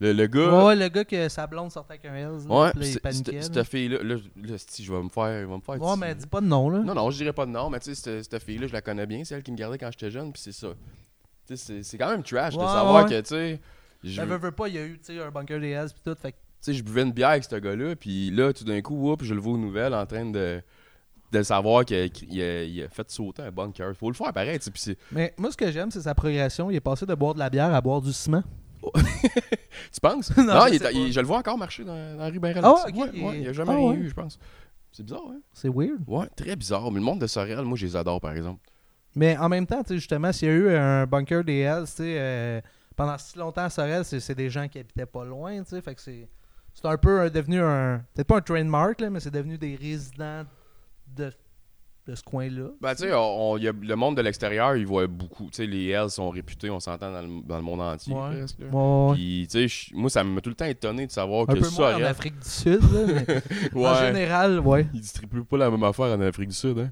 S2: Le, le gars,
S1: Ouais, ouais, le gars que sa blonde sortait avec un Hells, là,
S2: Ouais,
S1: puis là,
S2: pis
S1: il
S2: c'est-
S1: paniquait.
S2: cette
S1: là.
S2: cette fille-là, là, là, si, je vais me faire. Je vais me faire
S1: Ouais,
S2: tu-
S1: mais dis pas de nom, là.
S2: <laughs>
S1: Ben,
S2: Non, non, je dirais pas de nom, mais tu sais, cette, cette fille-là, je la connais bien, c'est elle qui me gardait quand j'étais jeune, puis c'est ça. Tu sais, c'est- c'est quand même trash
S1: Ouais,
S2: de savoir
S1: ouais.
S2: que, tu sais. Je,
S1: Ben, veux, veux pas, il y a eu, tu sais, un bunker des Hells, puis tout, fait que-
S2: tu sais, je buvais une bière avec ce gars-là, puis là, tout d'un coup, oups, je le vois aux nouvelles en train de, de savoir qu'il a, qu'il a- il a fait sauter un bunker. Faut le faire pareil, tu sais, puis c'est-
S1: Mais moi, ce que j'aime, c'est sa progression. Il est passé de boire de la bière à boire du ciment.
S2: Tu penses?
S1: <laughs> Non,
S2: non,
S1: je
S2: il est-
S1: sais pas.
S2: il- je le vois encore marcher dans, dans la rue Bayrel.
S1: Ah ouais, ok, il-
S2: ouais, ouais, il a jamais
S1: ah
S2: rien
S1: ouais.
S2: eu, je pense. C'est bizarre, hein?
S1: C'est weird.
S2: Ouais, très bizarre. Mais le monde de Sorel, moi, je les adore, par exemple.
S1: Mais en même temps, tu sais, justement, s'il y a eu un bunker des Hells, tu sais, euh, pendant si longtemps à Sorel, c'est c'est des gens qui habitaient pas loin, tu sais, fait que c'est c'est un peu euh, devenu un peut-être pas un trademark là, mais c'est devenu des résidents de de ce coin-là.
S2: Ben, tu sais, on- on- y a- le monde de l'extérieur, ils voient beaucoup. Tu sais, les Hells sont réputés, on s'entend dans le, dans le monde entier.
S1: Ouais.
S2: presque, là.
S1: Ouais, ouais.
S2: Puis, tu sais, je- moi, ça m'a tout le temps étonné de savoir
S1: un
S2: que
S1: peu moins en
S2: Sorel.
S1: Afrique du Sud, là,
S2: <laughs>
S1: mais en
S2: ouais,
S1: général, ouais.
S2: ils distribuent pas la même affaire en Afrique du Sud, hein.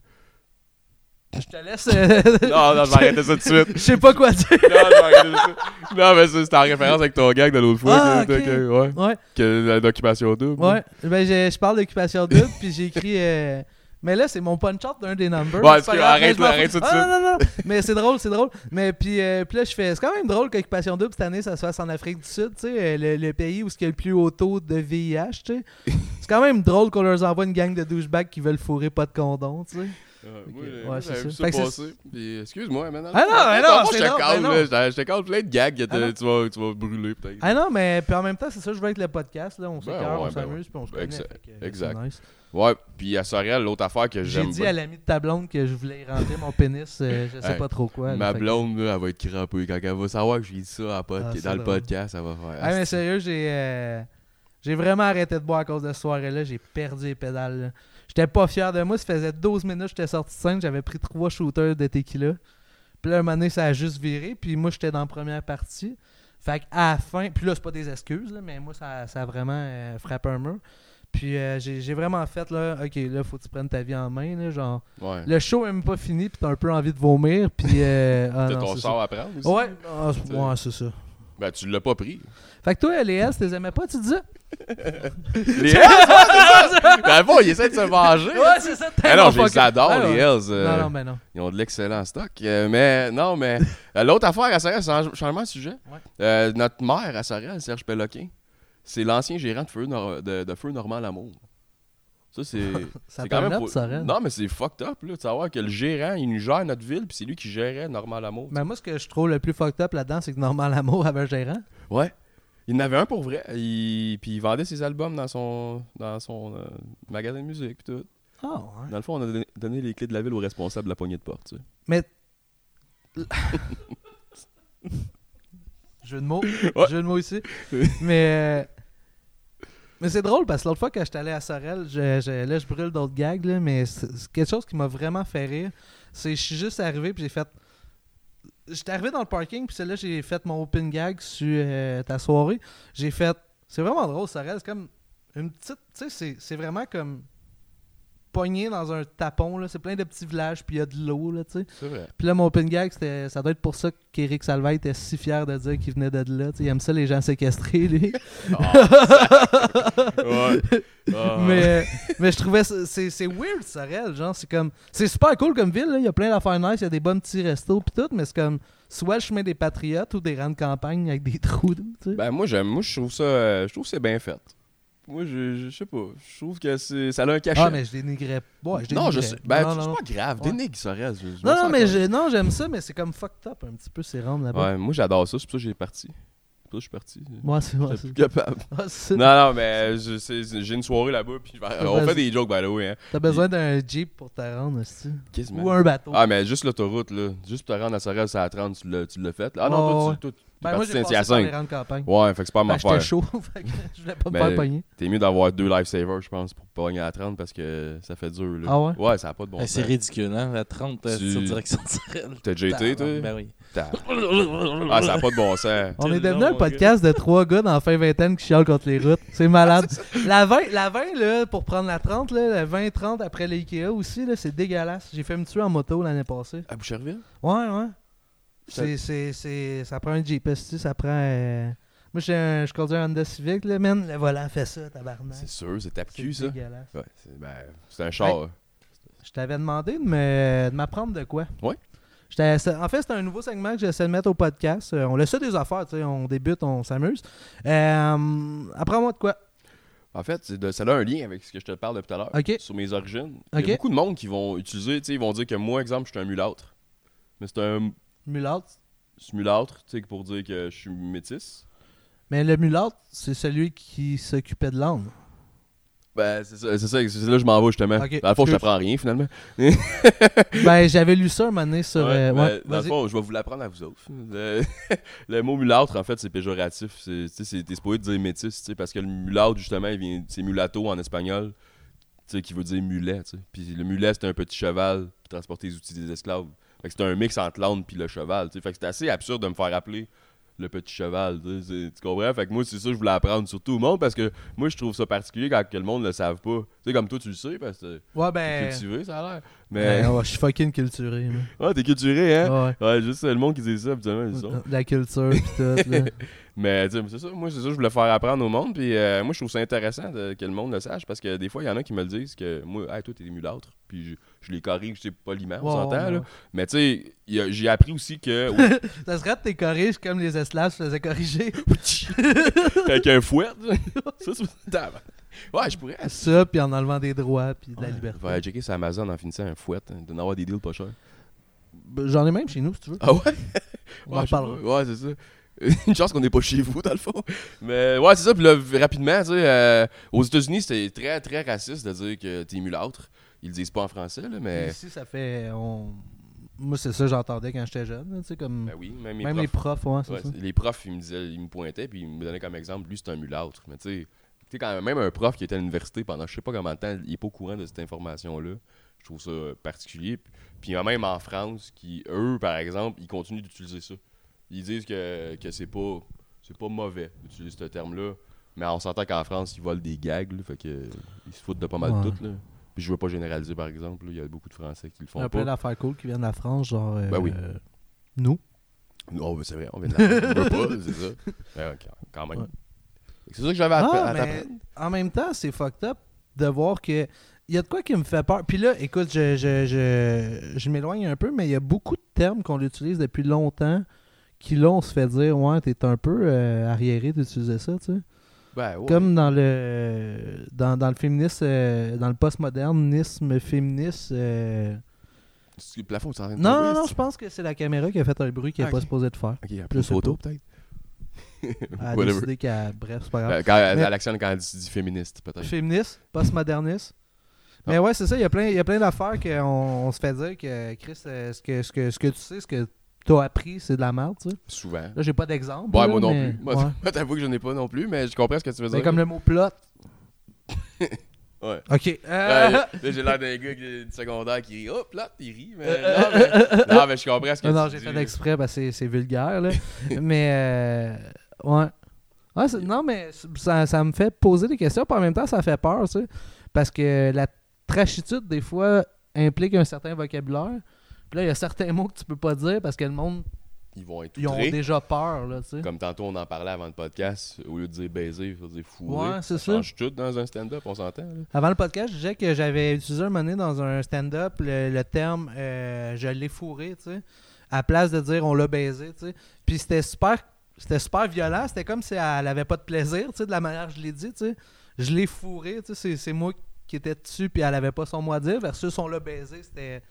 S1: Je te laisse. euh,
S2: <laughs> Non, non, je vais arrêter ça tout de
S1: <laughs>
S2: suite. <laughs>
S1: Je sais pas quoi dire.
S2: Non, je vais arrêter ça. Non, mais ça, c'était en référence avec ton gag de l'autre fois.
S1: Ah,
S2: que-
S1: ok.
S2: que- ouais,
S1: Ouais,
S2: que la documentation double.
S1: ouais. Ben je, je parle d'occupation double, puis j'ai écrit. euh, Mais là, c'est mon punch-up d'un des numbers.
S2: Ouais,
S1: C'est pas
S2: tu-
S1: grave,
S2: arrête,
S1: mais je m'en
S2: arrête
S1: fous.
S2: tout de
S1: Ah, Non, non, non. Mais c'est drôle, c'est drôle. Mais puis, euh, puis là, je fais. C'est quand même drôle qu'Occupation Double, cette année, ça se fasse en Afrique du Sud, tu sais, euh, le, le pays où il y a le plus haut taux de VIH, tu sais. C'est quand même drôle qu'on leur envoie une gang de douchebags qui veulent fourrer pas de condom, tu sais.
S2: Ouais,
S1: Ok.
S2: moi,
S1: Ouais,
S2: moi,
S1: c'est
S2: j'avais
S1: ça.
S2: vu
S1: Fait
S2: ça
S1: que c'est-
S2: passer. Puis, excuse-moi, maintenant.
S1: Ah non, ah non, c'est
S2: je te
S1: non,
S2: calme,
S1: mais non.
S2: là. Je te- je te calme plein de gags que
S1: Ah non.
S2: t'as- tu vas, tu vas brûler, peut-être.
S1: Ah non, mais puis en même temps, c'est ça, je veux avec le podcast, là. On s'écœure,
S2: ouais,
S1: on
S2: ben
S1: s'amuse,
S2: ouais.
S1: puis on se connaît.
S2: Exact.
S1: fait que c'est
S2: Exact.
S1: nice.
S2: Ouais, puis à Sorel, l'autre affaire que
S1: J'ai
S2: j'aime
S1: dit
S2: pas-
S1: à l'ami de ta blonde que je voulais y rentrer mon pénis, euh, je sais
S2: Hey,
S1: pas trop quoi. là,
S2: Ma
S1: fait que-
S2: blonde, là, elle va être crampée. Quand elle va savoir que j'ai dit ça à pod-
S1: Ah, c'est
S2: dans le
S1: drôle.
S2: podcast, elle va faire.
S1: Ah, mais sérieux, j'ai euh, j'ai vraiment arrêté de boire à cause de cette soirée-là. J'ai perdu les pédales. là. J'étais pas fier de moi. Ça faisait 12 minutes que j'étais sorti de scène. J'avais pris trois shooters de tequila. Puis là, un moment donné, ça a juste viré. Puis moi, j'étais dans la première partie. Fait qu'à la fin, puis là, c'est pas des excuses, là, mais moi, ça, ça a vraiment euh, frappé un mur. Puis euh, j'ai j'ai vraiment fait, là, OK, là, faut que tu prennes ta vie en main. Là, genre,
S2: Ouais.
S1: le show est même pas fini, puis t'as un peu envie de vomir. Puis. euh, <laughs> ah
S2: T'as
S1: non,
S2: ton
S1: c'est
S2: sort à prendre aussi.
S1: ça. Ouais, ah, c'est-
S2: T'sais.
S1: ouais, c'est ça.
S2: Ben, tu l'as
S1: <laughs>
S2: pas pris.
S1: Fait que toi, les S, tu les aimais pas, tu disais?
S2: Les Hells, ouais, c'est ça! Ben, bon, ils essaient de se venger.
S1: Ouais, c'est ça.
S2: Ah non, je
S1: tellement
S2: les adore,
S1: fucking-
S2: les
S1: Ah,
S2: Hells.
S1: ouais.
S2: euh,
S1: Non, non, mais non.
S2: Ils ont de l'excellent stock. Euh, mais
S1: <laughs>
S2: non, mais euh, l'autre affaire à Sorel, change- changement de sujet.
S1: Ouais.
S2: Euh, notre maire à Sorel, Serge Péloquin, c'est l'ancien gérant de Feu, Nor- de, de Feu Normand Lamour. Ça, c'est.
S1: <laughs> Ça
S2: c'est quand même.
S1: t'amène,
S2: pour-
S1: Sorel.
S2: Non, mais c'est fucked up, là, de savoir que le gérant, il nous gère notre ville, puis c'est lui qui gérait Normal Amour.
S1: Mais moi, ce que je trouve le plus fucked up là-dedans, c'est que Normal Amour avait un gérant.
S2: Ouais. Il en avait un pour vrai. Il... Puis il vendait ses albums dans son, dans son euh, magasin de musique. puis tout.
S1: Ah, ouais.
S2: Dans le fond, on a donné, donné les clés de la ville au responsable de la poignée de porte. tu sais.
S1: Mais. <laughs> Jeu de mots.
S2: Ouais.
S1: Jeu de mots ici. Mais. euh, Mais c'est drôle parce que l'autre fois quand j'étais allé à Sorel, je, je- là je brûle d'autres gags, là, mais c'est c'est quelque chose qui m'a vraiment fait rire. C'est je suis juste arrivé puis j'ai fait. J'étais arrivé dans le parking puis c'est là que j'ai fait mon open gag sur euh, ta soirée. J'ai fait. C'est vraiment drôle, Sorel. C'est comme une petite. Tu sais, c'est- c'est vraiment comme. Pogné dans un tapon, là. C'est plein de petits villages puis il y a de l'eau, là, tu sais.
S2: C'est vrai.
S1: Puis là, mon open gag, c'était- ça doit être pour ça qu'Éric Salvaille était si fier de dire qu'il venait de là. Tu sais, il aime ça, les gens séquestrés, lui.
S2: Ah,
S1: <laughs>
S2: Ouais. Ah.
S1: mais, mais je trouvais ça- c'est c'est weird, Sorel. Genre, c'est comme. C'est super cool comme ville, là. Il y a plein d'affaires nice, il y a des bons petits restos, puis tout. Mais c'est comme. Soit le chemin des Patriotes ou des rangs de campagne avec des trous, tu sais.
S2: Ben, moi, j'aime. Moi, je trouve ça. euh, Je trouve que c'est bien fait. Moi, je, je sais pas. Je trouve que c'est, ça a un cachet.
S1: ah, mais je dénigrais. Ouais, je
S2: non, je
S1: dénigrais.
S2: sais. Ben,
S1: non,
S2: c'est
S1: non, non.
S2: pas grave.
S1: Ouais.
S2: Dénigre, Sorel. je- je m'en
S1: Non, non,
S2: sers
S1: mais
S2: encore.
S1: j'ai- non, j'aime ça, mais c'est comme fucked up un petit peu ces rangs là-bas.
S2: Ouais, moi, j'adore ça. C'est pour ça que j'ai parti. C'est pour ça que je suis parti.
S1: Moi, c'est. moi,
S2: J'étais
S1: c'est-
S2: plus capable.
S1: <laughs> moi, c'est-
S2: Non, non, mais je- c'est- c'est- j'ai une soirée là-bas, puis je vais-
S1: Ah,
S2: on fait
S1: vas-y.
S2: des jokes, by the way, hein.
S1: T'as besoin d'un Jeep pour te rendre, aussi.
S2: Quasiment.
S1: Ou un bateau.
S2: Ah, mais juste l'autoroute, là. Juste pour te rendre à Sorel, c'est à 30, tu l'as, tu l'as fait. là. Ah
S1: Ouais,
S2: non,
S1: ouais.
S2: toi, tu toi, tu- t'es
S1: Ben, moi,
S2: parti
S1: j'ai passé par les
S2: Saint-Hyacinthe.
S1: rangs de campagne.
S2: Ouais, fait que c'est pas ma
S1: Ben, j'étais
S2: affaire.
S1: chaud, <laughs> fait que je voulais pas me
S2: Ben,
S1: faire pogner.
S2: T'es mieux d'avoir deux lifesavers, je pense, pour pogner à 30 parce que ça fait dur, là.
S1: Ah ouais?
S2: Ouais, ça a pas de bon
S3: Eh,
S2: sens.
S3: c'est ridicule, hein? La 30 euh,
S2: Tu-
S3: sur direction de Sorel.
S2: T'as déjà été, toi?
S3: Ben oui.
S2: T'as- Ah, ça a pas de bon sens.
S1: On
S3: T'es
S1: est devenu
S3: long,
S1: un
S3: mon
S1: podcast de trois gars dans la fin vingtaine qui chialent
S2: <laughs>
S1: contre les routes. C'est malade. la 20, la 20 là, pour prendre la 30, là, la 20-30 après l'IKEA aussi, là, c'est dégueulasse. J'ai fait me tuer en moto l'année passée.
S2: À Boucherville?
S1: Ouais, ouais.
S2: Ça-
S1: C'est, c'est, c'est, ça prend un Jeep, esti, ça prend... euh, Moi, j'ai un- je conduis un Honda Civic, là, man. Le volant fait ça, tabarnak.
S2: C'est sûr, c'est tape
S1: Ben, C'est
S2: cul, ça.
S1: dégueulasse.
S2: Ouais, c'est, ben, c'est un char.
S1: Je t'avais demandé de, me- de m'apprendre de quoi.
S2: Ouais.
S1: J'étais- c'est- En fait, c'est un nouveau segment que j'essaie de mettre au podcast. Euh, on laisse ça des affaires, tu sais, on débute, on s'amuse. Euh, apprends-moi de quoi.
S2: En fait, c'est de- ça a un lien avec ce que je te parle depuis tout à l'heure
S1: Ok.
S2: sur mes origines. Il
S1: Ok.
S2: y a beaucoup de monde qui vont utiliser, tu sais, ils vont dire que moi, exemple, je suis un mulâtre. Mais c'est un
S1: Mulâtre.
S2: mulâtre, tu sais, pour dire que je suis métisse.
S1: Mais le mulâtre, c'est celui qui s'occupait de l'âne.
S2: <laughs> Ben, c'est ça, c'est ça, c'est là que je m'en vais justement.
S1: Ok.
S2: Dans le fond, je
S1: Excuse.
S2: t'apprends rien finalement.
S1: ben, j'avais lu ça un moment donné sur. euh,
S2: Ouais,
S1: ouais,
S2: ben, dans le
S1: vas-y.
S2: fond, je vais vous l'apprendre à vous autres. Le, <laughs> le mot mulâtre, en fait, c'est péjoratif. C'est, tu sais, c'est, t'es supposé dire métisse, tu sais, parce que le mulâtre, justement, il vient, c'est mulatto en espagnol, tu sais, qui veut dire mulet. tu sais. Puis le mulet, c'était un petit cheval qui transportait les outils des esclaves. Fait que c'était un mix entre l'âne puis le cheval. tu sais. Fait que c'était assez absurde de me faire appeler le petit cheval. Tu, sais, c'est- tu comprends? Fait que moi, c'est ça que je voulais apprendre sur tout le monde parce que moi, je trouve ça particulier quand que le monde ne le savent pas. Tu sais, comme toi, tu le sais parce que
S1: Ouais,
S2: t'es
S1: ben.
S2: cultivé, ça a l'air. Mais.
S1: ben, ouais, je suis fucking culturé.
S2: <laughs>
S1: moi.
S2: Ah, t'es culturé, hein?
S1: Ouais.
S2: Ouais, juste euh, le monde qui dit ça, habituellement, ils sont.
S1: De La culture, pis tout.
S2: <laughs>
S1: là.
S2: Mais tu sais, c'est ça, moi, c'est ça, je voulais faire apprendre au monde. Puis euh, moi, je trouve ça intéressant de- que le monde le sache parce que des fois, il y en a qui me le disent que moi, hey, toi, t'es des mulâtres. Puis je, je les corrige, je sais, poliment, on
S1: Ouais,
S2: s'entend,
S1: ouais,
S2: là.
S1: ouais.
S2: Mais tu sais, il y a- j'ai appris aussi que.
S1: <laughs> ça serait de tes corriges comme les esclaves se faisaient
S2: <laughs>
S1: corriger.
S2: avec un fouet, <laughs> ça, c'est. Damn. Ouais,
S1: <laughs>
S2: je pourrais.
S1: ça, puis en enlevant des droits, puis de la liberté.
S2: Faudrait checker sur Amazon en finissant un fouet, hein, d'en avoir des deals pas chers.
S1: Ben, J'en ai même chez nous, si tu veux.
S2: Ah ouais?
S1: On
S2: Ouais,
S1: en
S2: je sais
S1: parlera.
S2: pas. Ouais, c'est ça. <laughs> Une chance qu'on n'est pas chez vous, dans le fond. Mais ouais, c'est ça. Puis là, v- rapidement, tu sais, euh, aux États-Unis, c'était très, très raciste de dire que t'es mulâtre. Ils le disent pas en français, là, mais.
S1: Ici, ça fait. on- Moi, c'est ça que j'entendais quand j'étais jeune. là, tu sais, comme...
S2: Ben oui, même les
S1: Même
S2: profs.
S1: les profs, ouais, c'est
S2: Ouais,
S1: ça.
S2: c'est- les profs, ils me disaient, ils me pointaient, puis ils me donnaient comme exemple, lui, c'est un mulâtre. Mais tu sais, tu sais, quand même, un prof qui était à l'université pendant je sais pas combien de temps, il est pas au courant de cette information-là. Je trouve ça euh, particulier. Puis- Puis même en France, qui, eux, par exemple, ils continuent d'utiliser ça. Ils disent que, que c'est pas c'est pas mauvais d'utiliser ce terme-là. Mais on s'entend qu'en France, ils volent des gags, là, fait que ils se foutent de pas mal
S1: Ouais.
S2: de tout. Là. Puis je veux pas généraliser, par exemple, là, il y a beaucoup de Français qui le font
S1: Un
S2: pas.
S1: peu d'affaires cool qui viennent de la France, genre. euh,
S2: Ben oui.
S1: euh, nous.
S2: Non, mais c'est vrai, on vient de la on veut pas, c'est ça. <laughs> Ben, ouais, quand- quand même.
S1: Ouais.
S2: C'est ça que j'avais à,
S1: Ah,
S2: t'app- à
S1: mais-
S2: t'apprendre.
S1: En même temps, c'est fucked up de voir que. Il y a de quoi qui me fait peur. Puis là, écoute, je, je, je, je m'éloigne un peu, mais il y a beaucoup de termes qu'on utilise depuis longtemps qui, là, on se fait dire, ouais, t'es un peu euh, arriéré d'utiliser ça, tu sais.
S2: Ben, ouais.
S1: Comme dans le dans, dans le féminisme, euh, dans le postmodernisme féministe. euh,
S2: C'est le plafond, tu es en train de
S1: Non,
S2: tomber,
S1: non, non,
S2: c'est-
S1: je pense que c'est la caméra qui a fait un bruit qu'elle n'est
S2: Ah,
S1: pas
S2: ok.
S1: supposée de faire.
S2: Ok, après
S1: Je
S2: une
S1: sais
S2: photo, peut-être.
S1: Elle a
S2: Whatever.
S1: décidé qu'elle. Bref, c'est pas grave.
S2: Ben, quand, elle-
S1: Mais-
S2: À l'action, quand elle dit, dit féministe, peut-être.
S1: Féministe, postmoderniste.
S2: Ah.
S1: Mais ouais, c'est ça, il y a plein, il y a plein d'affaires qu'on on se fait dire que Chris, euh, ce que, ce que, ce que tu sais, ce que tu as appris, c'est de la merde, tu sais.
S2: Souvent.
S1: Là, j'ai pas d'exemple.
S2: Ouais,
S1: là,
S2: moi non
S1: mais-
S2: plus. Moi,
S1: ouais.
S2: <laughs> moi, t'avoues que je n'ai pas non plus, mais je comprends ce que tu veux
S1: Mais
S2: dire.
S1: comme le mot plot. <laughs>
S2: Ouais.
S1: Ok. euh,
S2: Ouais, là, j'ai l'air d'un gars qui- du secondaire qui rit. Hop, là, il rit. Mais
S1: Euh,
S2: non, mais, non, mais je comprends ce que
S1: non, non,
S2: tu
S1: j'ai
S2: dis.
S1: fait exprès parce que c'est- c'est vulgaire, là. <laughs> mais, euh, ouais. Ouais, c'est- non, mais ça, ça me fait poser des questions, puis en même temps, ça fait peur, tu sais. Parce que la trachitude, des fois, implique un certain vocabulaire. Puis là, il y a certains mots que tu peux pas dire parce que le monde,
S2: Ils vont être
S1: ils ont
S2: outrés.
S1: déjà peur, là, tu sais.
S2: Comme tantôt, on en parlait avant le podcast. Au lieu de dire baiser, il faut dire fourrer.
S1: Ouais, c'est ça.
S2: change tout dans un stand-up, on s'entend. là.
S1: Avant le podcast, je disais que j'avais utilisé un moment donné dans un stand-up le, le terme euh, je l'ai fourré, tu sais, à place de dire on l'a baisé, tu sais. Puis c'était super c'était super violent, c'était comme si elle avait pas de plaisir, tu sais, de la manière que je l'ai dit, tu sais. Je l'ai fourré, tu sais, c'est- c'est moi qui étais dessus puis elle avait pas son mot à dire versus on l'a baisé, c'était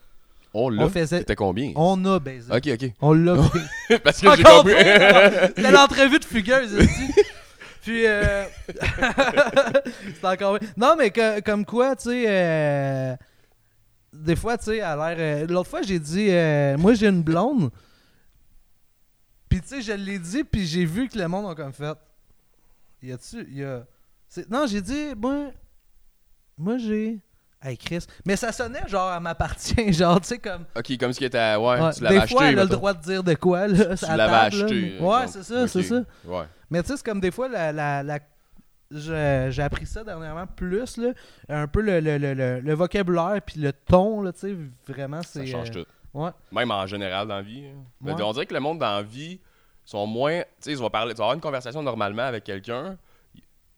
S2: On
S1: on
S2: l'a.
S1: faisait
S2: C'était combien
S1: on a baisé.
S2: Ok, ok.
S1: <laughs> On l'a baisé.
S2: Parce que j'ai
S1: Encore
S2: compris.
S1: plus!
S2: <laughs>
S1: C'était l'entrevue de Fugueuse, aussi. Puis, euh... <laughs> c'est encore... Non, mais que- comme quoi, tu sais, euh, des fois, tu sais, à l'air... euh, L'autre fois, j'ai dit, euh, moi, j'ai une blonde. Puis, tu sais, je l'ai dit, puis j'ai vu que le monde a comme fait. Y a-tu... Y a... c'est- Non, j'ai dit, moi, moi, j'ai... Hey, Chris. Mais ça sonnait genre, elle m'appartient, <laughs> genre, tu sais, comme...
S2: ok, comme ce qui était. à- Ouais,
S1: Ouais,
S2: tu
S1: des
S2: l'avais
S1: fois,
S2: acheté.
S1: elle a le
S2: mettons.
S1: droit de dire de quoi, là,
S2: Tu
S1: à
S2: l'avais
S1: table, là,
S2: acheté.
S1: mais-
S2: euh,
S1: Ouais,
S2: donc,
S1: c'est ça,
S2: ok.
S1: c'est ça.
S2: Ouais.
S1: Mais tu sais, c'est comme des fois, la, la, la- je- j'ai appris ça dernièrement plus, là, un peu le, le, le, le, le vocabulaire puis le ton, là, tu sais, vraiment, c'est...
S2: Ça change
S1: euh,
S2: tout.
S1: Ouais.
S2: Même en général dans la vie. hein. Mais
S1: Ouais.
S2: On dirait que le monde dans la vie sont moins. Tu sais, ils vont parler. Tu vas avoir une conversation normalement avec quelqu'un.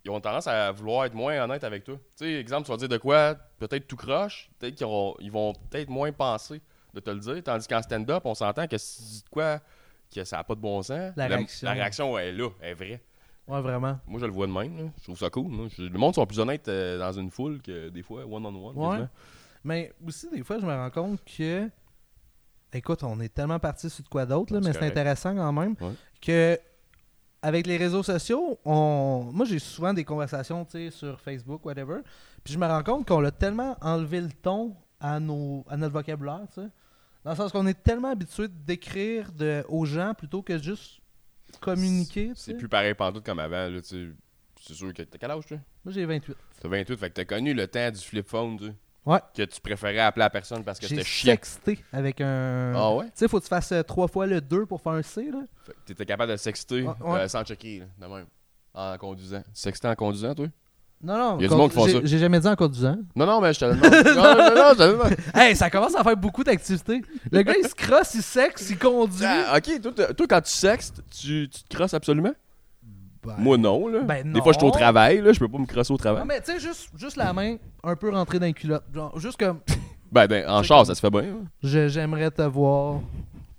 S2: Ils ont tendance à vouloir être moins honnêtes avec toi. Tu sais, exemple, tu vas dire de quoi, peut-être tout croche, peut-être qu'ils auront- ils vont peut-être moins penser de te le dire. Tandis qu'en stand-up, on s'entend que si tu dis de quoi, que ça n'a pas de bon sens,
S1: La
S2: le-
S1: réaction.
S2: la réaction elle est là, elle est vraie.
S1: Ouais, vraiment.
S2: Moi, je le vois de même. là. Je trouve ça cool. moi. Je- le monde sont plus honnêtes euh, dans une foule que des fois, one-on-one.
S1: Ouais.
S2: quasiment.
S1: Mais aussi, des fois, je me rends compte que... Écoute, on est tellement parti sur de quoi d'autre, là,
S2: C'est
S1: mais c'est
S2: correct.
S1: intéressant quand même,
S2: Ouais.
S1: que avec les réseaux sociaux, on... moi, j'ai souvent des conversations, tu sais, sur Facebook, whatever, puis je me rends compte qu'on a tellement enlevé le ton à, nos... à notre vocabulaire, tu sais. Dans le sens qu'on est tellement habitué d'écrire de- aux gens plutôt que juste communiquer. tu
S2: C'est
S1: sais.
S2: plus pareil pantoute comme avant. là, tu sais. C'est sûr que t'as quel âge, toi?
S1: Moi, j'ai 28.
S2: T'as 28, fait que t'as connu le temps du flip phone, tu sais,
S1: Ouais.
S2: Que tu préférais appeler la personne parce que
S1: J'ai
S2: c'était chiant.
S1: sexté avec un.
S2: Ah ouais?
S1: Tu sais, faut que tu fasses euh, trois fois le 2 pour faire un C, là.
S2: Fait que t'étais capable de sexter
S1: Ah, ouais.
S2: euh, sans checker, là, de même. En conduisant. Sexter en conduisant, toi?
S1: Non, non.
S2: Y a du monde qui font
S1: j'ai-
S2: ça.
S1: J'ai jamais dit en conduisant.
S2: Non, non, mais je te le demande. non, non, non, je te le
S1: <laughs>
S2: demande.
S1: hey, ça commence à faire beaucoup d'activités. Le gars, il se crosse, il sexe, il conduit.
S2: Ah, ok, toi, t'as- toi, quand tu sextes, tu, tu te crosses absolument?
S1: Ben,
S2: Moi, non, là.
S1: Ben,
S2: Des fois, je suis au
S1: non.
S2: travail, là. Je peux pas me crosser au travail.
S1: Non, mais tu sais, juste, juste la main un peu rentrée dans les culottes. Genre, juste comme.
S2: Ben, ben, en
S1: C'est
S2: char,
S1: comme-
S2: ça se fait bien. hein.
S1: je- J'aimerais te voir.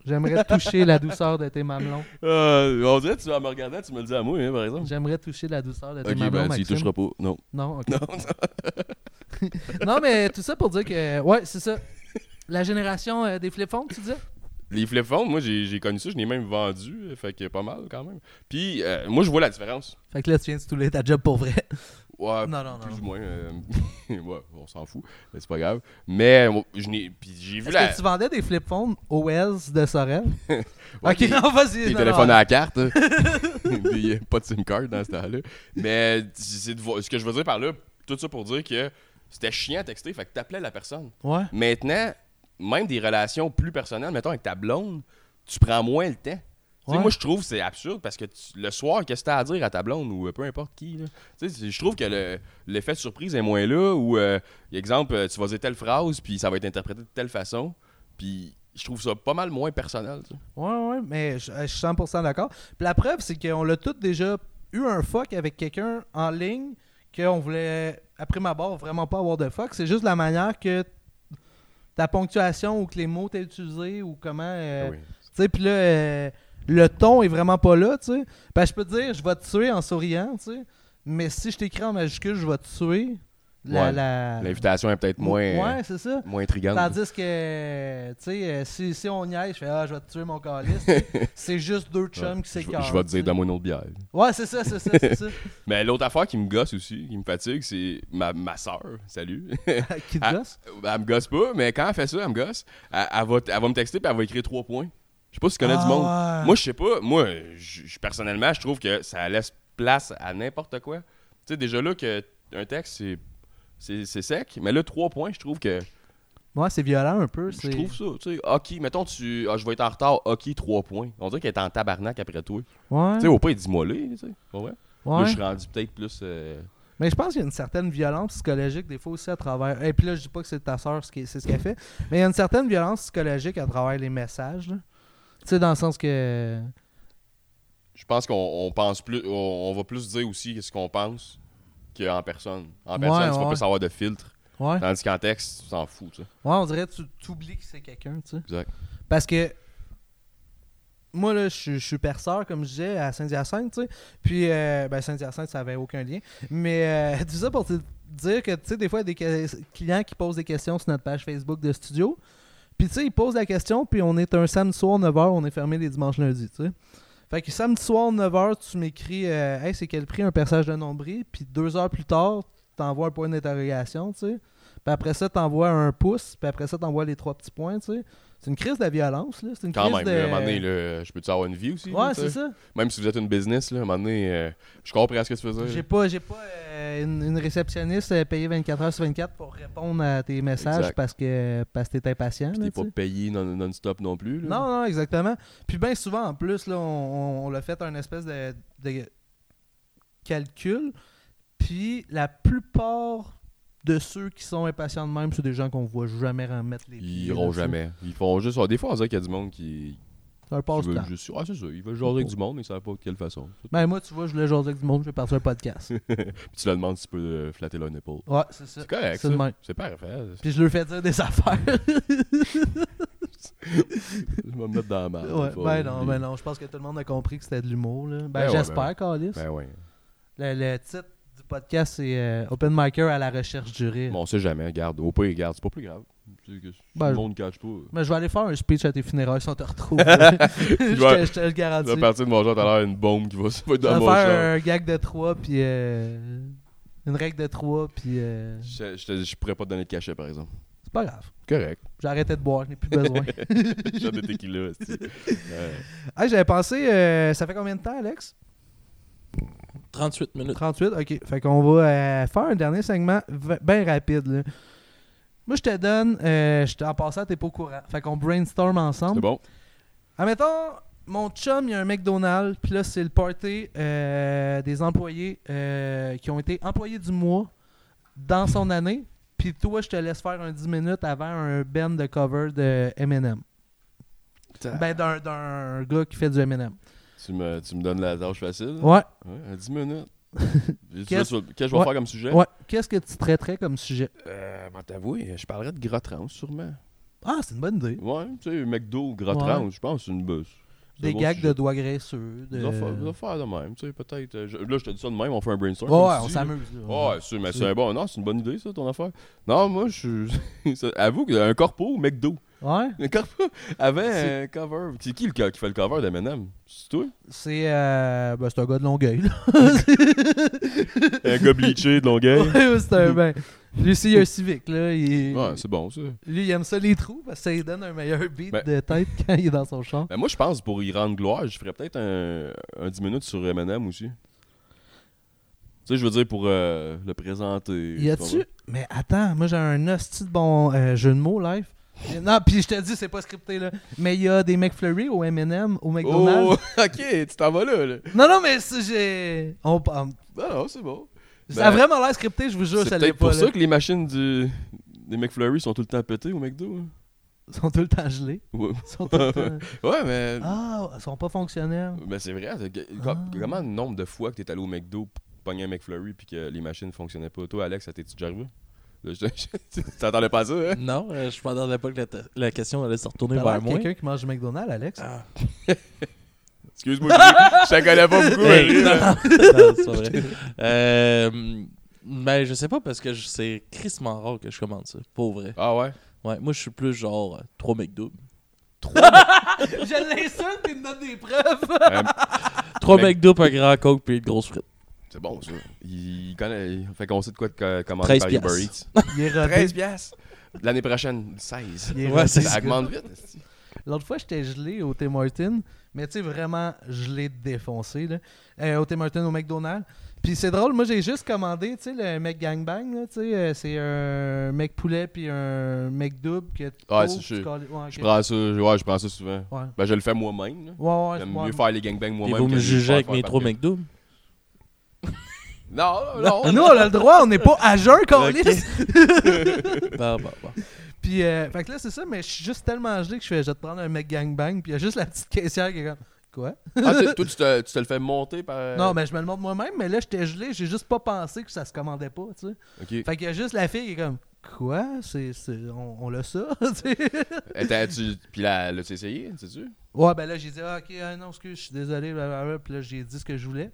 S1: J'aimerais toucher la douceur de tes mamelons.
S2: Euh, on dirait que tu en me regardant, tu me le dis à moi, hein, par exemple.
S1: J'aimerais toucher la douceur de tes
S2: Ok,
S1: mamelons.
S2: ben, tu y
S1: Maxime.
S2: toucheras pas. Non.
S1: Non, <laughs> ok. Non, mais tout ça pour dire que. Ouais, c'est ça. La génération euh, des flip phones, tu dis
S2: Les flip phones, moi j'ai j'ai connu ça, je l'ai même vendu, euh, fait que pas mal quand même. Puis euh, moi je vois la différence.
S1: Fait que là, tu viens de stouler ta job pour vrai.
S2: Ouais,
S1: Non, non, non,
S2: plus
S1: non.
S2: ou moins. euh, <laughs> ouais, on s'en fout, mais c'est pas grave. Mais bon, je n'ai puis j'ai vu
S1: Est-ce
S2: la
S1: que tu vendais des flip phones aux Wells de Sorel
S2: <laughs> Ouais,
S1: <laughs> Ok,
S2: des-
S1: non, vas-y.
S2: des
S1: non,
S2: téléphones
S1: non.
S2: à la carte, hein.
S1: <laughs>
S2: <laughs> Des, euh, pas de SIM card dans ce temps-là. Mais c'est de voir- ce que je veux dire par là, tout ça pour dire que c'était chiant à texter, fait que t'appelais la personne.
S1: Ouais.
S2: Maintenant, même des relations plus personnelles, mettons avec ta blonde, tu prends moins le temps. Tu sais,
S1: Ouais.
S2: Moi, je trouve que c'est absurde parce que tu- le soir, qu'est-ce que t'as à dire à ta blonde ou euh, peu importe qui. là. Tu sais, Je trouve que le- l'effet de surprise est moins là. Ou, euh, exemple, euh, tu vas dire telle phrase, puis ça va être interprété de telle façon. Puis je trouve ça pas mal moins personnel. tu sais.
S1: Ouais, ouais, mais je, je suis 100% d'accord. Puis la preuve, c'est qu'on l'a tous déjà eu un fuck avec quelqu'un en ligne qu'on voulait, après ma barre, vraiment pas avoir de fuck. C'est juste la manière que ta ponctuation ou que les mots t'es utilisés ou comment.
S2: Ah
S1: euh, Tu sais, puis là, Ben, euh, le ton est vraiment pas là, tu sais. Parce que je peux te dire, je vais te tuer en souriant, tu sais. Mais si je t'écris en majuscule, je vais te tuer. La,
S2: Ouais.
S1: la-
S2: L'invitation est peut-être moins,
S1: euh,
S2: euh,
S1: Ouais, c'est ça.
S2: moins intrigante.
S1: Tandis que, tu sais, euh, si, si on y est, je fais Ah, je vais te tuer mon
S2: <laughs>
S1: calice. c'est juste deux chums
S2: Ouais.
S1: qui
S2: Je-
S1: s'écartent.
S2: Je vais te
S1: tu sais.
S2: dire, donne-moi une autre bière.
S1: Ouais, c'est ça, c'est ça, c'est
S2: <laughs>
S1: ça.
S2: Mais l'autre affaire qui me gosse aussi, qui me fatigue, c'est ma, ma soeur. Salut.
S1: qui te
S2: Ah.
S1: gosse
S2: elle me gosse pas, mais quand elle fait ça, elle me gosse. Elle, elle va, elle va me texter puis elle va écrire trois points. Je sais pas si tu connais
S1: Ah
S2: du monde.
S1: ouais.
S2: Moi, je sais pas. Moi, je- je- personnellement, je trouve que ça laisse place à n'importe quoi. Tu sais, déjà là, que un texte, c'est. C'est c'est sec, mais là, trois points, je trouve que.
S1: Ouais, c'est violent un peu.
S2: Je
S1: c'est-
S2: trouve ça. Tu sais, hockey, mettons, tu. Ah, je vais être en retard, hockey, trois points. On dirait qu'elle est en tabarnak après toi.
S1: Ouais.
S2: Tu sais, au pas, il dit mollet, tu sais. Pas vrai? Là,
S1: ouais.
S2: je suis rendu peut-être plus. euh,
S1: Mais je pense qu'il y a une certaine violence psychologique des fois aussi à travers. Et puis là, je dis pas que c'est ta soeur, c'est ce qu'elle fait. Mais il y a une certaine violence psychologique à travers les messages. là. Tu sais, dans le sens que.
S2: je pense qu'on on pense plus. On, on va plus dire aussi ce qu'on pense qu'en personne. En
S1: Ouais,
S2: personne, tu
S1: ouais.
S2: vas plus avoir de filtre.
S1: Ouais. Ouais,
S2: Tandis qu'en texte, tu t'en fous, tu sais.
S1: on dirait que tu oublies que c'est quelqu'un, tu sais.
S2: Exact.
S1: Parce que moi, là, je suis- je suis perceur, comme je disais, à Saint-Hyacinthe, tu sais. Puis, euh, ben, Saint-Hyacinthe, ça avait aucun lien. Mais, euh, <laughs> tout ça pour te dire que, tu sais, des fois, il y a des que- clients qui posent des questions sur notre page Facebook de studio. Puis, tu sais, ils posent la question, puis on est un samedi soir, 9h, on est fermé les dimanches, lundis, tu sais. Fait que samedi soir, 9h, tu m'écris, euh, hey, c'est quel prix un personnage de nombril? Puis deux heures plus tard, t'envoies un point d'interrogation, tu sais. Puis après ça, t'envoies un pouce, puis après ça, t'envoies les trois petits points, tu sais. C'est une crise de la violence, là. C'est une
S2: Quand
S1: crise
S2: même,
S1: de...
S2: là, à un moment donné, là, je peux-tu avoir une vie aussi? là,
S1: Ouais,
S2: tu sais?
S1: c'est ça.
S2: Même si vous êtes une business, là, à un moment donné, euh, je comprends ce que tu veux
S1: J'ai
S2: dire.
S1: pas, j'ai pas euh, une, une réceptionniste euh, payée 24 heures sur 24 pour répondre à tes messages
S2: Exact.
S1: parce que parce que t'es impatient.
S2: Puis
S1: là,
S2: t'es
S1: tu sais.
S2: pas payé non- non-stop non, plus. là.
S1: Non, non, exactement. Puis bien souvent, en plus, là, on, on- on l'a fait un espèce de, de calcul. Puis la plupart de ceux qui sont impatients de même, c'est des gens qu'on voit jamais remettre les
S2: Ils
S1: pieds
S2: iront
S1: dessus.
S2: jamais. Ils font juste. ah, Des fois, on dirait qu'il y a du monde qui,
S1: C'est un
S2: qui
S1: passe-temps.
S2: veut juste. Ah, c'est ça. Ils veulent jaser avec du monde, mais ils savent pas de quelle façon.
S1: Ben moi, tu vois, je voulais jaser avec du monde, je vais partir un
S2: <laughs>
S1: podcast.
S2: Puis tu leur demandes si tu peux euh, flatter leur épaule.
S1: Ouais, c'est ça.
S2: C'est correct.
S1: C'est le
S2: ça.
S1: même.
S2: C'est parfait. <laughs>
S1: Puis je leur fais dire des <laughs> affaires.
S2: Je vais me mettre dans la merde.
S1: Ouais,
S2: Faut
S1: ben non,
S2: Ah, oublier.
S1: ben non, je pense que tout le monde a compris que c'était de l'humour. Là. Ben,
S2: Ben ouais,
S1: j'espère,
S2: ben ouais.
S1: Carlis.
S2: Ben ouais.
S1: Le, le titre du podcast, c'est euh, Open Micer à la recherche du rire.
S2: Bon, on sait jamais, garde. Au pire, garde, c'est pas plus grave. C'est que si
S1: Ben,
S2: le monde ne cache pas.
S1: Mais je vais aller faire un speech à tes funérailles si on te retrouve.
S2: <laughs>
S1: là. <laughs> je, te, je te le garantis.
S2: La partie de mon genre, t'as l'air une bombe qui va se mettre
S1: Ah, Je vais
S2: dans mon genre.
S1: faire un gag de 3, puis euh, une règle de 3, puis euh,
S2: Je, je, te- je pourrais pas te donner de cachet, par exemple.
S1: c'est pas grave.
S2: Correct.
S1: J'ai arrêté de boire, je n'ai plus besoin.
S2: <laughs> J'ai
S1: <laughs>
S2: des tequila. esti. Euh,
S1: hey, j'avais pensé, euh, ça fait combien de temps, Alex
S3: 38 minutes.
S1: 38, ok. Fait qu'on va euh, faire un dernier segment bien rapide. là. Moi, je te donne, euh, je t'en passant, t'es pas au courant. Fait qu'on brainstorm
S2: c'est
S1: ensemble.
S2: bon.
S1: Admettons, mon chum, il y a un McDonald's, puis là, c'est le party euh, des employés euh, qui ont été employés du mois dans son année. Puis toi, je te laisse faire un 10 minutes avant un band de cover de Eminem. Ben, d'un- d'un gars qui fait du Eminem.
S2: Tu me, tu me donnes la tâche facile.
S1: Ouais.
S2: Ouais, à
S1: <laughs>
S2: 10 minutes. Qu'est-ce
S1: Qu'est-ce-
S2: que je vais
S1: Ouais.
S2: faire comme sujet?
S1: Ouais. Qu'est-ce que tu traiterais comme sujet?
S2: Euh, ben, t'avouer, je parlerais de gras trans, sûrement.
S1: Ah, c'est une bonne idée.
S2: Ouais, tu sais, McDo, gras
S1: Ouais.
S2: trans, je pense que c'est une bosse.
S1: Des gags de doigts graisseux. De...
S2: Des affaires, des affaires de même, tu sais, peut-être. euh, je- Là, je te dis ça de même, on fait un brainstorm.
S1: Ouais, ouais,
S2: comme tu
S1: on
S2: dis, là.
S1: s'amuse. là.
S2: Ouais, c'est, mais
S1: C'est-
S2: c'est un bon. Non, c'est une bonne idée, ça, ton affaire. Non, moi, je suis. <laughs> ça- Avoue que un corpo, McDo.
S1: Ouais.
S2: Un corpo avait un cover. C'est qui le gars qui fait le cover d'Eminem C'est toi
S1: C'est euh, ben, c'est un gars de Longueuil. Là.
S2: <laughs> Un gars bleaché de Longueuil.
S1: Ouais, c'est un ben. Lui, c'est un civique. Là, il...
S2: Ouais, c'est bon, ça.
S1: Lui, il aime ça les trous parce que ça lui donne un meilleur beat
S2: Ben-
S1: de tête <laughs> quand il est dans son char.
S2: Ben, moi, je pense pour y rendre gloire, je ferais peut-être un, un 10 minutes sur Eminem aussi. Tu sais, je veux dire, pour euh, le présenter.
S1: Y
S2: tu
S1: a-tu. Mais attends, moi j'ai un hostie de bon euh, jeu de mots live. Non, <laughs> puis je te dis, c'est pas scripté là. Mais il y a des McFlurry au MM, au
S2: comprends?
S1: McDonald's.
S2: Oh, <laughs> ok, tu t'en vas là. là.
S1: Non, non, mais c'est- j'ai. On... on-
S2: Non, non, c'est bon.
S1: Ça a
S2: Ben,
S1: vraiment l'air scripté, je vous jure,
S2: c'est
S1: ça l'est
S2: peut-être
S1: pas.
S2: pour
S1: là.
S2: ça que les machines du... des McFlurry sont tout le temps pétées au McDo. hein.
S1: Ils sont tout le temps gelés.
S2: Ouais.
S1: Ils sont
S2: <laughs>
S1: tout le temps.
S2: Ouais, mais.
S1: Ah, ils sont pas fonctionnels.
S2: Mais c'est vrai. c'est que- com-
S1: Ah.
S2: Comment le nombre de fois que t'es allé au McDo pour pogner un McFlurry puis que les machines fonctionnaient pas? Toi, Alex, ça t'es-tu déjà arrivé? Là, je- <laughs> je- T'attendais pas à ça, hein?
S3: Non, euh, je m'attendais pas que la, te- la question allait se retourner
S1: T'as l'air
S3: vers moi.
S1: Ah, quelqu'un qui mange du McDonald's, Alex.
S3: Ah.
S2: Excuse-moi, Julie, je te connais pas beaucoup. mais
S3: Hey,
S2: Julie,
S3: non, <laughs>
S2: là.
S3: non, c'est
S1: <laughs>
S3: pas vrai. Euh, ben, je sais pas parce que je- c'est crissement rare que je commande ça, pour vrai.
S2: Ah ouais?
S3: Ouais, moi, je suis plus genre euh, 3 McDo.
S1: Je l'insulte et il me donne des preuves. Ah,
S3: 3
S2: Mc-
S3: McDo, un grand coke puis une grosse frite.
S2: C'est bon, ça. Il connaît. il- Fait qu'on sait de quoi de co- commander
S3: 13
S2: par Uber
S3: piastres.
S2: Eats.
S1: Il est rodé.
S2: 13 piastres. L'année prochaine, 16.
S1: Il est
S3: Ouais,
S1: rodé.
S3: c'est
S2: Ça augmente vite. esti.
S1: L'autre fois, j'étais gelé au Tim Martin, mais tu sais, vraiment gelé défoncé, là, Euh, au Tim Martin, au McDonald's. Puis c'est drôle, moi, j'ai juste commandé, tu sais, le mec gangbang, là, tu sais, euh, c'est un mec poulet puis un mec double. Que
S2: Ouais,
S1: tu
S2: c'est sûr.
S1: colles- ouais,
S2: Je
S1: ok.
S2: prends ça, ouais, je prends ça souvent.
S1: Ouais.
S2: Ben, je le fais moi-même. là.
S1: Ouais, ouais,
S2: J'aime
S1: ouais.
S2: mieux faire les gangbangs
S3: Et
S2: moi-même.
S3: vous
S2: que
S3: me
S2: les
S3: jugez
S2: faire
S3: avec
S2: faire
S3: mes
S2: par
S3: 3
S2: quelqu'un.
S3: McDo?
S2: <laughs> Non,
S3: <laughs>
S2: non,
S1: Mais
S2: non.
S1: Nous, on a le droit, on n'est pas à jeun, câlisse.
S3: Bah, bah, bah.
S1: Puis, euh, fait que là, c'est ça, mais je suis juste tellement gelé que je fais, je vais te prendre un mec gangbang, puis il y a juste la petite caissière qui est comme, quoi?
S2: Ah, tu- toi, tu te, tu te le fais monter par. euh,
S1: Non, mais je me le montre moi-même, mais là, j'étais gelé, j'ai juste pas pensé que ça se commandait pas, tu sais.
S2: Ok.
S1: Fait qu'il y a juste la fille qui est comme Quoi c'est, c'est- on, on l'a ça <laughs> tu sais.
S2: Eh, t'as- tu- Puis là, là, tu as essayé, sais-tu?
S1: Ouais, ben là, j'ai dit Ah, Ok, ah, non, excuse, je suis désolé. blablabla. Puis là, j'ai dit ce que je voulais.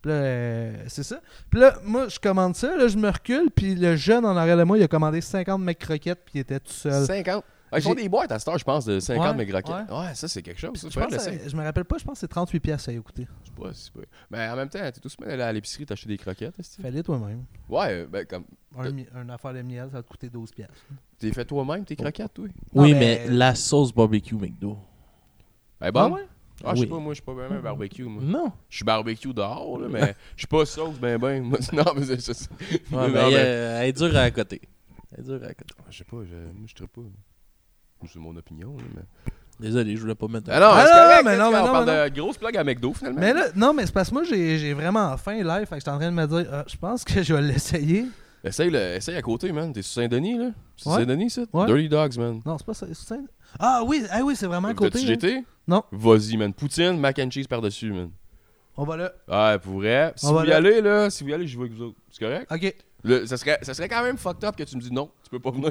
S1: Puis là, euh, c'est ça. Puis là, moi, je commande ça. Là, je me recule. Puis le jeune en arrière de moi, il a commandé 50 mecs croquettes. Puis il était tout seul.
S2: 50. Ah, ils font
S1: Euh, J'ai-
S2: des boîtes à cette heure, je pense, de 50
S1: Ouais,
S2: mais croquettes. Ouais. ça, c'est quelque chose.
S1: Puis
S2: Ça,
S1: je,
S2: Faudrait
S1: pense que
S2: l'essayer.
S1: ça- je me rappelle pas, je pense que c'est 38 pièces à écouter.
S2: Je sais pas, c'est pas. Mais en même temps, t'es tout semaine allé à l'épicerie t'acheter des croquettes, est-ce que-
S1: Fallait toi-même.
S2: Ouais, euh, ben, comme.
S1: Un mi- une affaire de miel, ça va te coûter 12 pièces.
S2: T'es fait toi-même tes croquettes, toi?
S1: Non,
S3: oui,
S1: mais-
S3: mais... la sauce barbecue McDo.
S2: Ben,
S1: Ah
S2: bon.
S1: ouais?
S2: Ah, je sais
S3: Oui. Mm-hmm.
S2: pas, moi, je suis pas ben, ben barbecue, moi.
S3: Non.
S2: Je suis barbecue dehors, là, mais je suis pas sauce, ben, ben. <laughs> moi. non, mais c'est ça.
S3: Ouais,
S2: Non,
S3: ben,
S2: mais-
S3: euh, elle est dure à côté. Elle est dure à côté.
S2: Je sais pas, je- moi, je trippe pas. C'est mon opinion, là, mais.
S3: Désolé, je voulais pas mettre.
S2: Ah non,
S1: Ah
S2: c'est
S1: non,
S2: correct,
S1: mais
S2: est-ce
S1: non, mais
S2: qu'on
S1: non,
S2: parle
S1: mais
S2: de grosse plug à McDo, finalement.
S1: Mais là, non, mais c'est parce que moi, j'ai, j'ai vraiment faim live. Fait que j'étais en train de me dire Ah, Je pense que je vais l'essayer.
S2: Essaye, le- essaye à côté, man. T'es sur Saint-Denis, là. C'est
S1: Ouais.
S2: Saint-Denis, ça?
S1: Ouais.
S2: Dirty Dogs, man.
S1: Non, c'est pas ça. c'est ça. Ah oui, ah oui, c'est vraiment à côté.
S2: T'as-tu
S1: hein.
S2: GT?
S1: Non.
S2: Vas-y, man. Poutine, mac and cheese par-dessus, man.
S1: On va là.
S2: Ouais, pour vrai. Si
S1: On va
S2: vous y
S1: là. Ah.
S2: allez, là, si vous y allez, je vais avec vous autres. C'est correct?
S1: Ok.
S2: Le- ça, serait, ça serait quand même fucked up que tu me dis non, tu peux pas venir.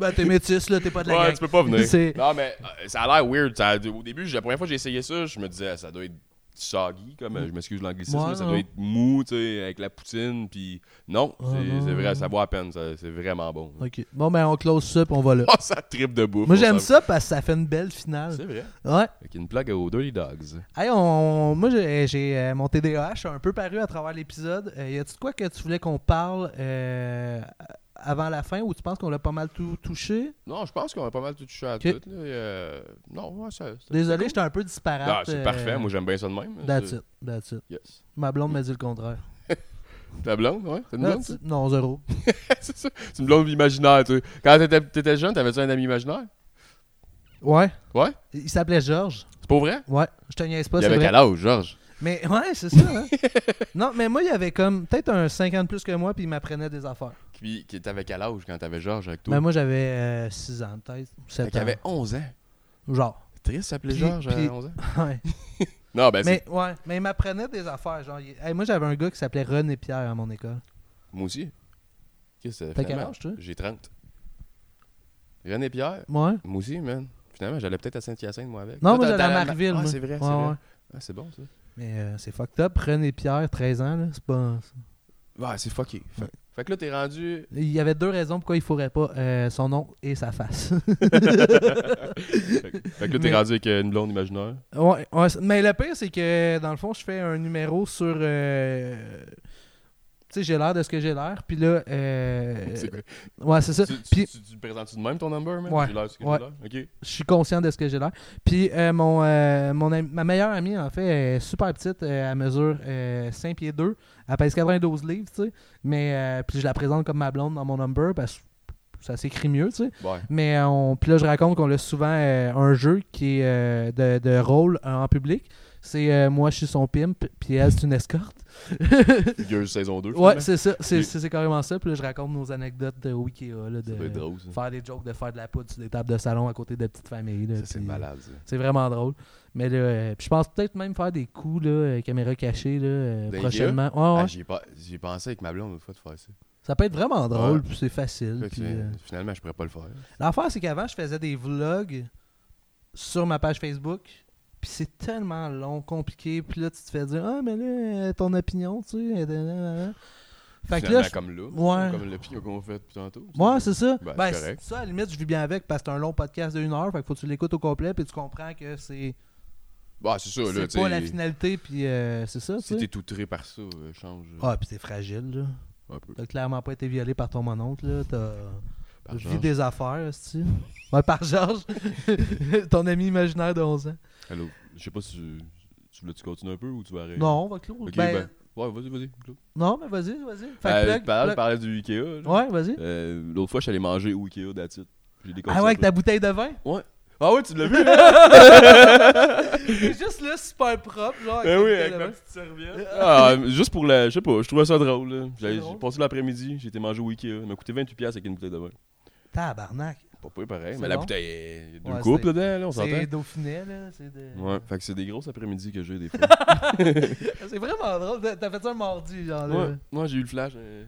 S1: Ben, t'es métisse, là, t'es pas de la
S2: ouais,
S1: gang.
S2: tu peux pas venir.
S1: C'est-
S2: Non, mais euh, ça a l'air weird. Ça- au début, la première fois que j'ai essayé ça, je me disais, ça doit être soggy, comme euh, je m'excuse de l'anglicisme,
S1: Ouais,
S2: là, ça
S1: non.
S2: doit être mou, tu sais, avec la poutine, puis non,
S1: Ah,
S2: c'est-
S1: non,
S2: c'est vrai,
S1: non.
S2: ça vaut à peine, ça- c'est vraiment bon.
S1: Ok. Bon, ben, on close ça, puis on va là.
S2: <laughs> Oh, ça tripe de bouffe.
S1: Moi,
S2: on
S1: j'aime
S2: s'en-
S1: ça parce que ça fait une belle finale.
S2: C'est vrai.
S1: Ouais.
S2: Avec une plaque aux Dirty Dogs.
S1: Hey, on... moi, j'ai, j'ai, euh, mon TDAH a un peu paru à travers l'épisode. Euh, y a-tu de quoi que tu voulais qu'on parle euh, avant la fin ou tu penses qu'on l'a pas mal tout touché
S2: Non, je pense qu'on a pas mal tout touché à
S1: Ok.
S2: tout. là, et, euh, non, ouais, ça. ça-
S1: Désolé, j'étais un peu disparate.
S2: Ah, c'est
S1: euh,
S2: parfait, moi j'aime bien ça de même.
S1: That's
S2: C'est-
S1: it. That's it.
S2: Yes.
S1: Ma blonde m'a dit le contraire.
S2: Ta blonde, ouais? T'as une blonde,
S1: That's it. Non, zéro.
S2: ça? <laughs> c'est ça. C'est une blonde imaginaire, tu sais. Quand t'étais, t'étais jeune, t'avais-tu un ami imaginaire?
S1: Ouais.
S2: Ouais?
S1: Il s'appelait Georges.
S2: C'est pas vrai?
S1: Ouais. Je te niaise pas,
S2: Il y
S1: c'est
S2: avait
S1: vrai.
S2: quel âge, Georges?
S1: Mais ouais, c'est ça. hein. <laughs> non, mais moi, il y avait comme peut-être un 50 plus que moi, puis il m'apprenait des affaires.
S2: Puis, qui t'avais quel âge quand t'avais Georges avec toi?
S1: Mais Ben, moi, j'avais 6 ans, peut-être.
S2: Fait
S1: 7
S2: qu'il
S1: ans.
S2: avait 11 ans.
S1: Genre. <laughs>
S2: Triste, s'appelait
S1: Puis-
S2: Georges
S1: puis-
S2: à 11 ans?
S1: Ouais.
S2: Non, ben, c'est...
S1: mais ouais, mais il m'apprenait des affaires. Genre, il- Hey, moi, j'avais un gars qui s'appelait René Pierre à mon école.
S2: moi aussi. Qu'est-ce que
S1: T'as
S2: c'est?
S1: quel âge, toi?
S2: J'ai 30. René Pierre?
S1: Ouais.
S2: Moi aussi, man. Finalement, j'allais peut-être à Saint-Hyacinthe, moi, avec.
S1: Non,
S2: Toi,
S1: moi,
S2: t'as-
S1: j'allais à
S2: t'as-
S1: Marieville,
S2: Ah,
S1: moi.
S2: c'est vrai, c'est
S1: Ouais,
S2: vrai.
S1: ouais.
S2: Ah, c'est bon, ça.
S1: Mais euh, c'est fucked up. René Pierre, 13 ans, là. C'est pas.
S2: Ouais, c'est fucké. Fait,
S1: Ouais.
S2: fait que là, t'es rendu...
S1: Il y avait deux raisons pourquoi il faudrait pas euh, son nom et sa face.
S2: fait que fait que là, t'es
S1: Mais-
S2: rendu avec euh, une blonde imaginaire.
S1: <laughs> Ouais, ouais, c- mais le pire, c'est que dans le fond, je fais un numéro sur. euh, tu sais, j'ai l'air de ce que j'ai l'air. Puis là. euh,
S2: <laughs> C'est vrai.
S1: ouais, c'est ça.
S2: Tu, tu,
S1: Puis
S2: tu- tu présentes-tu de même ton number, man?
S1: Ouais.
S2: J'ai l'air, c'est que
S1: Ouais.
S2: j'ai l'air. OK.
S1: je suis conscient de ce que j'ai l'air. Puis euh, mon, euh, mon ami- ma meilleure amie, en fait, elle est super petite. euh, Elle mesure euh, 5 pieds 2. Elle pèse 92 livres, tu sais. Mais euh, puis je la présente comme ma blonde dans mon number parce que ça s'écrit mieux, tu sais.
S2: Ouais.
S1: <laughs> Mais euh, on, puis là, je raconte qu'on a souvent euh, un jeu qui est euh, de, de rôle euh, en public. C'est euh, moi, je suis son pimp, puis elle, c'est une
S2: <laughs>
S1: escorte.
S2: Figure saison 2.
S1: ouais, c'est ça. C'est
S2: J'ai-
S1: c'est- c'est carrément ça. Puis là, je raconte nos anecdotes de Wikea, là,
S2: Ça doit être
S1: de
S2: drôle, ça.
S1: Mm. faire des jokes, de faire de la poudre sur des tables de salon à côté de petites familles. là,
S2: Ça, c'est
S1: puis
S2: malade, ça.
S1: C'est vraiment drôle. Mais là, euh, puis je pense peut-être même faire des coups, là, euh, caméra cachée, là, euh,
S2: Dans les
S1: prochainement. Ouais, ouais.
S2: Ah, j'y ai pas- j'y ai pensé avec ma blonde une fois de faire ça.
S1: Ça peut être vraiment drôle,
S2: Ouais.
S1: puis c'est facile.
S2: Fait que
S1: puis,
S2: c'est-
S1: euh,
S2: Finalement, je pourrais pas le faire.
S1: L'affaire, c'est qu'avant, je faisais des vlogs sur ma page Facebook Puis c'est tellement long, compliqué. Puis là, tu te fais dire Ah, mais là, euh, ton opinion, tu sais. euh, da, da, da. Fait que là,
S2: Finalement,
S1: je-
S2: comme là,
S1: Ouais.
S2: comme l'opinion qu'on fait depuis tantôt.
S1: Ouais, c'est ça.
S2: Ben,
S1: Ben,
S2: c'est correct.
S1: c'est- ça, à la limite, je vis bien avec parce que c'est un long podcast de une heure. Fait que faut que tu l'écoutes au complet. Puis tu comprends que c'est
S2: Bah, c'est ça,
S1: c'est
S2: là, tu
S1: pas la
S2: sais.
S1: finalité. Puis euh, c'est ça,
S2: Si
S1: tu
S2: t'es
S1: sais.
S2: tout tré par ça, euh, change euh,
S1: Ah, puis t'es fragile, là.
S2: un peu.
S1: T'as clairement pas été violé par ton mononcle, là. T'as.
S2: Par
S1: Je vis
S2: Georges.
S1: des affaires, tu Ouais, par Georges. <laughs> Ton ami imaginaire de 11 ans.
S2: Allô, je sais pas si tu, tu voulais-tu continuer un peu ou tu vas arrêter?
S1: Non, on va clore.
S2: Ok,
S1: Ben,
S2: ben, ouais, vas-y, vas-y. Claude.
S1: Non, mais vas-y, vas-y. Fait que
S2: Euh,
S1: plug,
S2: par- je
S1: plug.
S2: parlais du Ikea. là.
S1: Ouais, vas-y.
S2: Euh, L'autre fois, je suis allé manger au Ikea d'Atit. J'ai des
S1: Ah ouais, avec
S2: concepts, là.
S1: ta bouteille de vin. <laughs>
S2: Ah ouais, tu l'as vu?
S1: C'est juste là, super propre, genre. avec
S2: Ben
S1: ta
S2: oui,
S1: bouteille
S2: avec
S1: de
S2: ma
S1: vin.
S2: petite serviette. Ah, juste pour la. Je sais pas, je trouvais ça drôle. là. J'avais-
S1: drôle.
S2: J'ai passé l'après-midi, j'ai été manger au Ikea. Ça m'a coûté 28$ piastres avec une bouteille de vin.
S1: Tabarnak.
S2: Pas peu pareil,
S1: C'est
S2: mais la
S1: bon.
S2: bouteille, euh, il y a deux
S1: Ouais,
S2: coupes
S1: c'est-
S2: dedans, là, on
S1: C'est
S2: s'entend.
S1: Dauphinet, là. C'est de-
S2: Ouais, fait que c'est des grosses après-midi que j'ai des fois.
S1: <laughs> C'est vraiment drôle. T'as- T'as fait ça un mardi, genre. là.
S2: ouais, moi j'ai eu le flash euh,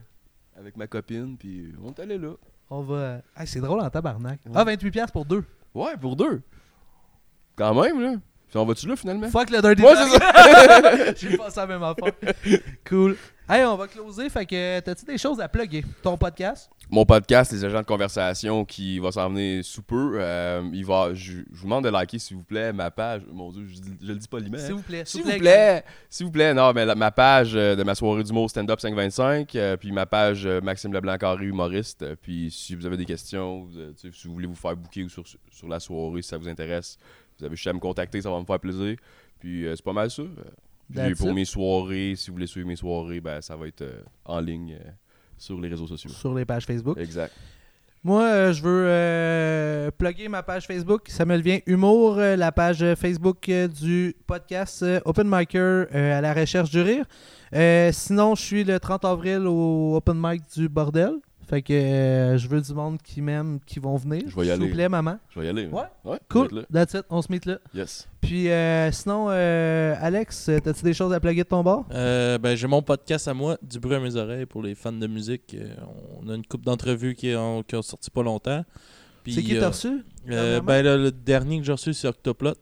S2: avec ma copine, puis on est allé là.
S1: On va. Ah, c'est drôle en tabarnak.
S2: Ouais.
S1: Ah, 28$ piastres pour deux.
S2: Ouais, pour deux. Quand même, là. Puis on va-tu là finalement?
S1: Fuck le Dirty
S2: Hein? Ouais,
S1: Dog. <laughs>
S2: c'est
S1: J'ai pensé à la même affaire. Cool. Hey, on va closer. Fait que t'as-tu des choses à plugger? Ton podcast?
S2: Mon podcast, Les Agents de Conversation, qui va s'en venir sous peu. euh, il va, je, je vous demande de liker, s'il vous plaît, ma page. Mon Dieu, je, dis- je le dis poliment. hein.
S1: S'il vous plaît.
S2: S'il vous plaît, s'il vous plaît, non, mais la- ma page euh, de ma soirée d'humour stand-up 525, euh, puis ma page euh, Maxime Leblanc Carré humoriste, euh, puis si vous avez des questions, vous, euh, tu sais, si vous voulez vous faire booker ou sur, sur la soirée, si ça vous intéresse, vous avez juste à me contacter, ça va me faire plaisir. Puis euh, c'est pas mal ça. Euh, puis
S1: That's
S2: pour
S1: it.
S2: mes soirées, si vous voulez suivre mes soirées, ben, ça va être euh, en ligne euh, sur les réseaux sociaux.
S1: Sur les pages Facebook.
S2: Exact.
S1: Moi, euh, je veux euh, plugger ma page Facebook. Ça me devient Humour, euh, la page euh, Facebook euh, du podcast euh, Open Micer euh, à la recherche du rire. Euh, sinon, je suis le 30 avril au Open Mic du Bordel. Fait que euh, je veux du monde qui m'aime, qui vont venir.
S2: Je vais y
S1: S'il
S2: aller.
S1: vous plaît, maman.
S2: Je vais y aller. hein.
S1: Ouais.
S2: je vais être
S1: Cool.
S2: là.
S1: That's it. On se meet là.
S2: Yes.
S1: Puis euh, sinon, euh, Alex, euh, t'as-tu des choses à plugger de ton bord?
S3: Euh, ben, j'ai mon podcast à moi, Du bruit à mes oreilles, pour les fans de musique. Euh, on a une coupe d'entrevues qui ont, qui ont sorti pas longtemps. Puis,
S1: C'est qui
S3: euh,
S1: t'as reçu?
S3: euh,
S1: dernièrement?
S3: ben, là, le dernier que j'ai reçu, c'est Octoplot.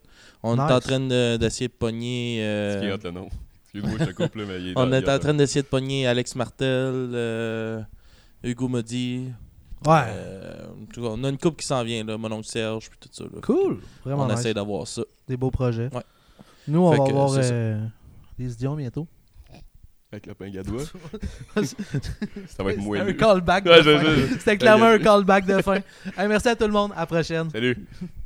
S3: On
S1: Nice.
S3: est en train de- d'essayer de, pogner. euh,
S2: Ce qui est hot, le nom. Excuse-moi, je te coupe, là, mais il est
S3: <laughs> on
S2: il
S3: est
S2: hot,
S3: en
S2: là.
S3: train d'essayer de pogner Alex Martel, euh, Hugo Modi.
S1: Ouais.
S3: euh, en tout cas, on a une coupe qui s'en vient, là, mon oncle Serge, puis tout ça. là.
S1: cool. Vraiment
S3: On
S1: nice.
S3: essaie d'avoir ça.
S1: Des beaux projets.
S3: Ouais.
S1: Nous, on
S3: Fait
S1: va
S3: que,
S1: avoir
S3: c'est ça.
S1: euh, des idiots bientôt.
S2: Avec le pain gadois. <laughs> ça va être
S1: C'était un
S2: moelleux.
S1: callback de <laughs>
S2: Ouais, c'est
S1: fin.
S2: ça. <laughs>
S1: C'était clairement un callback de fin. Hey, merci à tout le monde. À la prochaine.
S2: Salut. Ah,
S1: euh,
S2: Ben,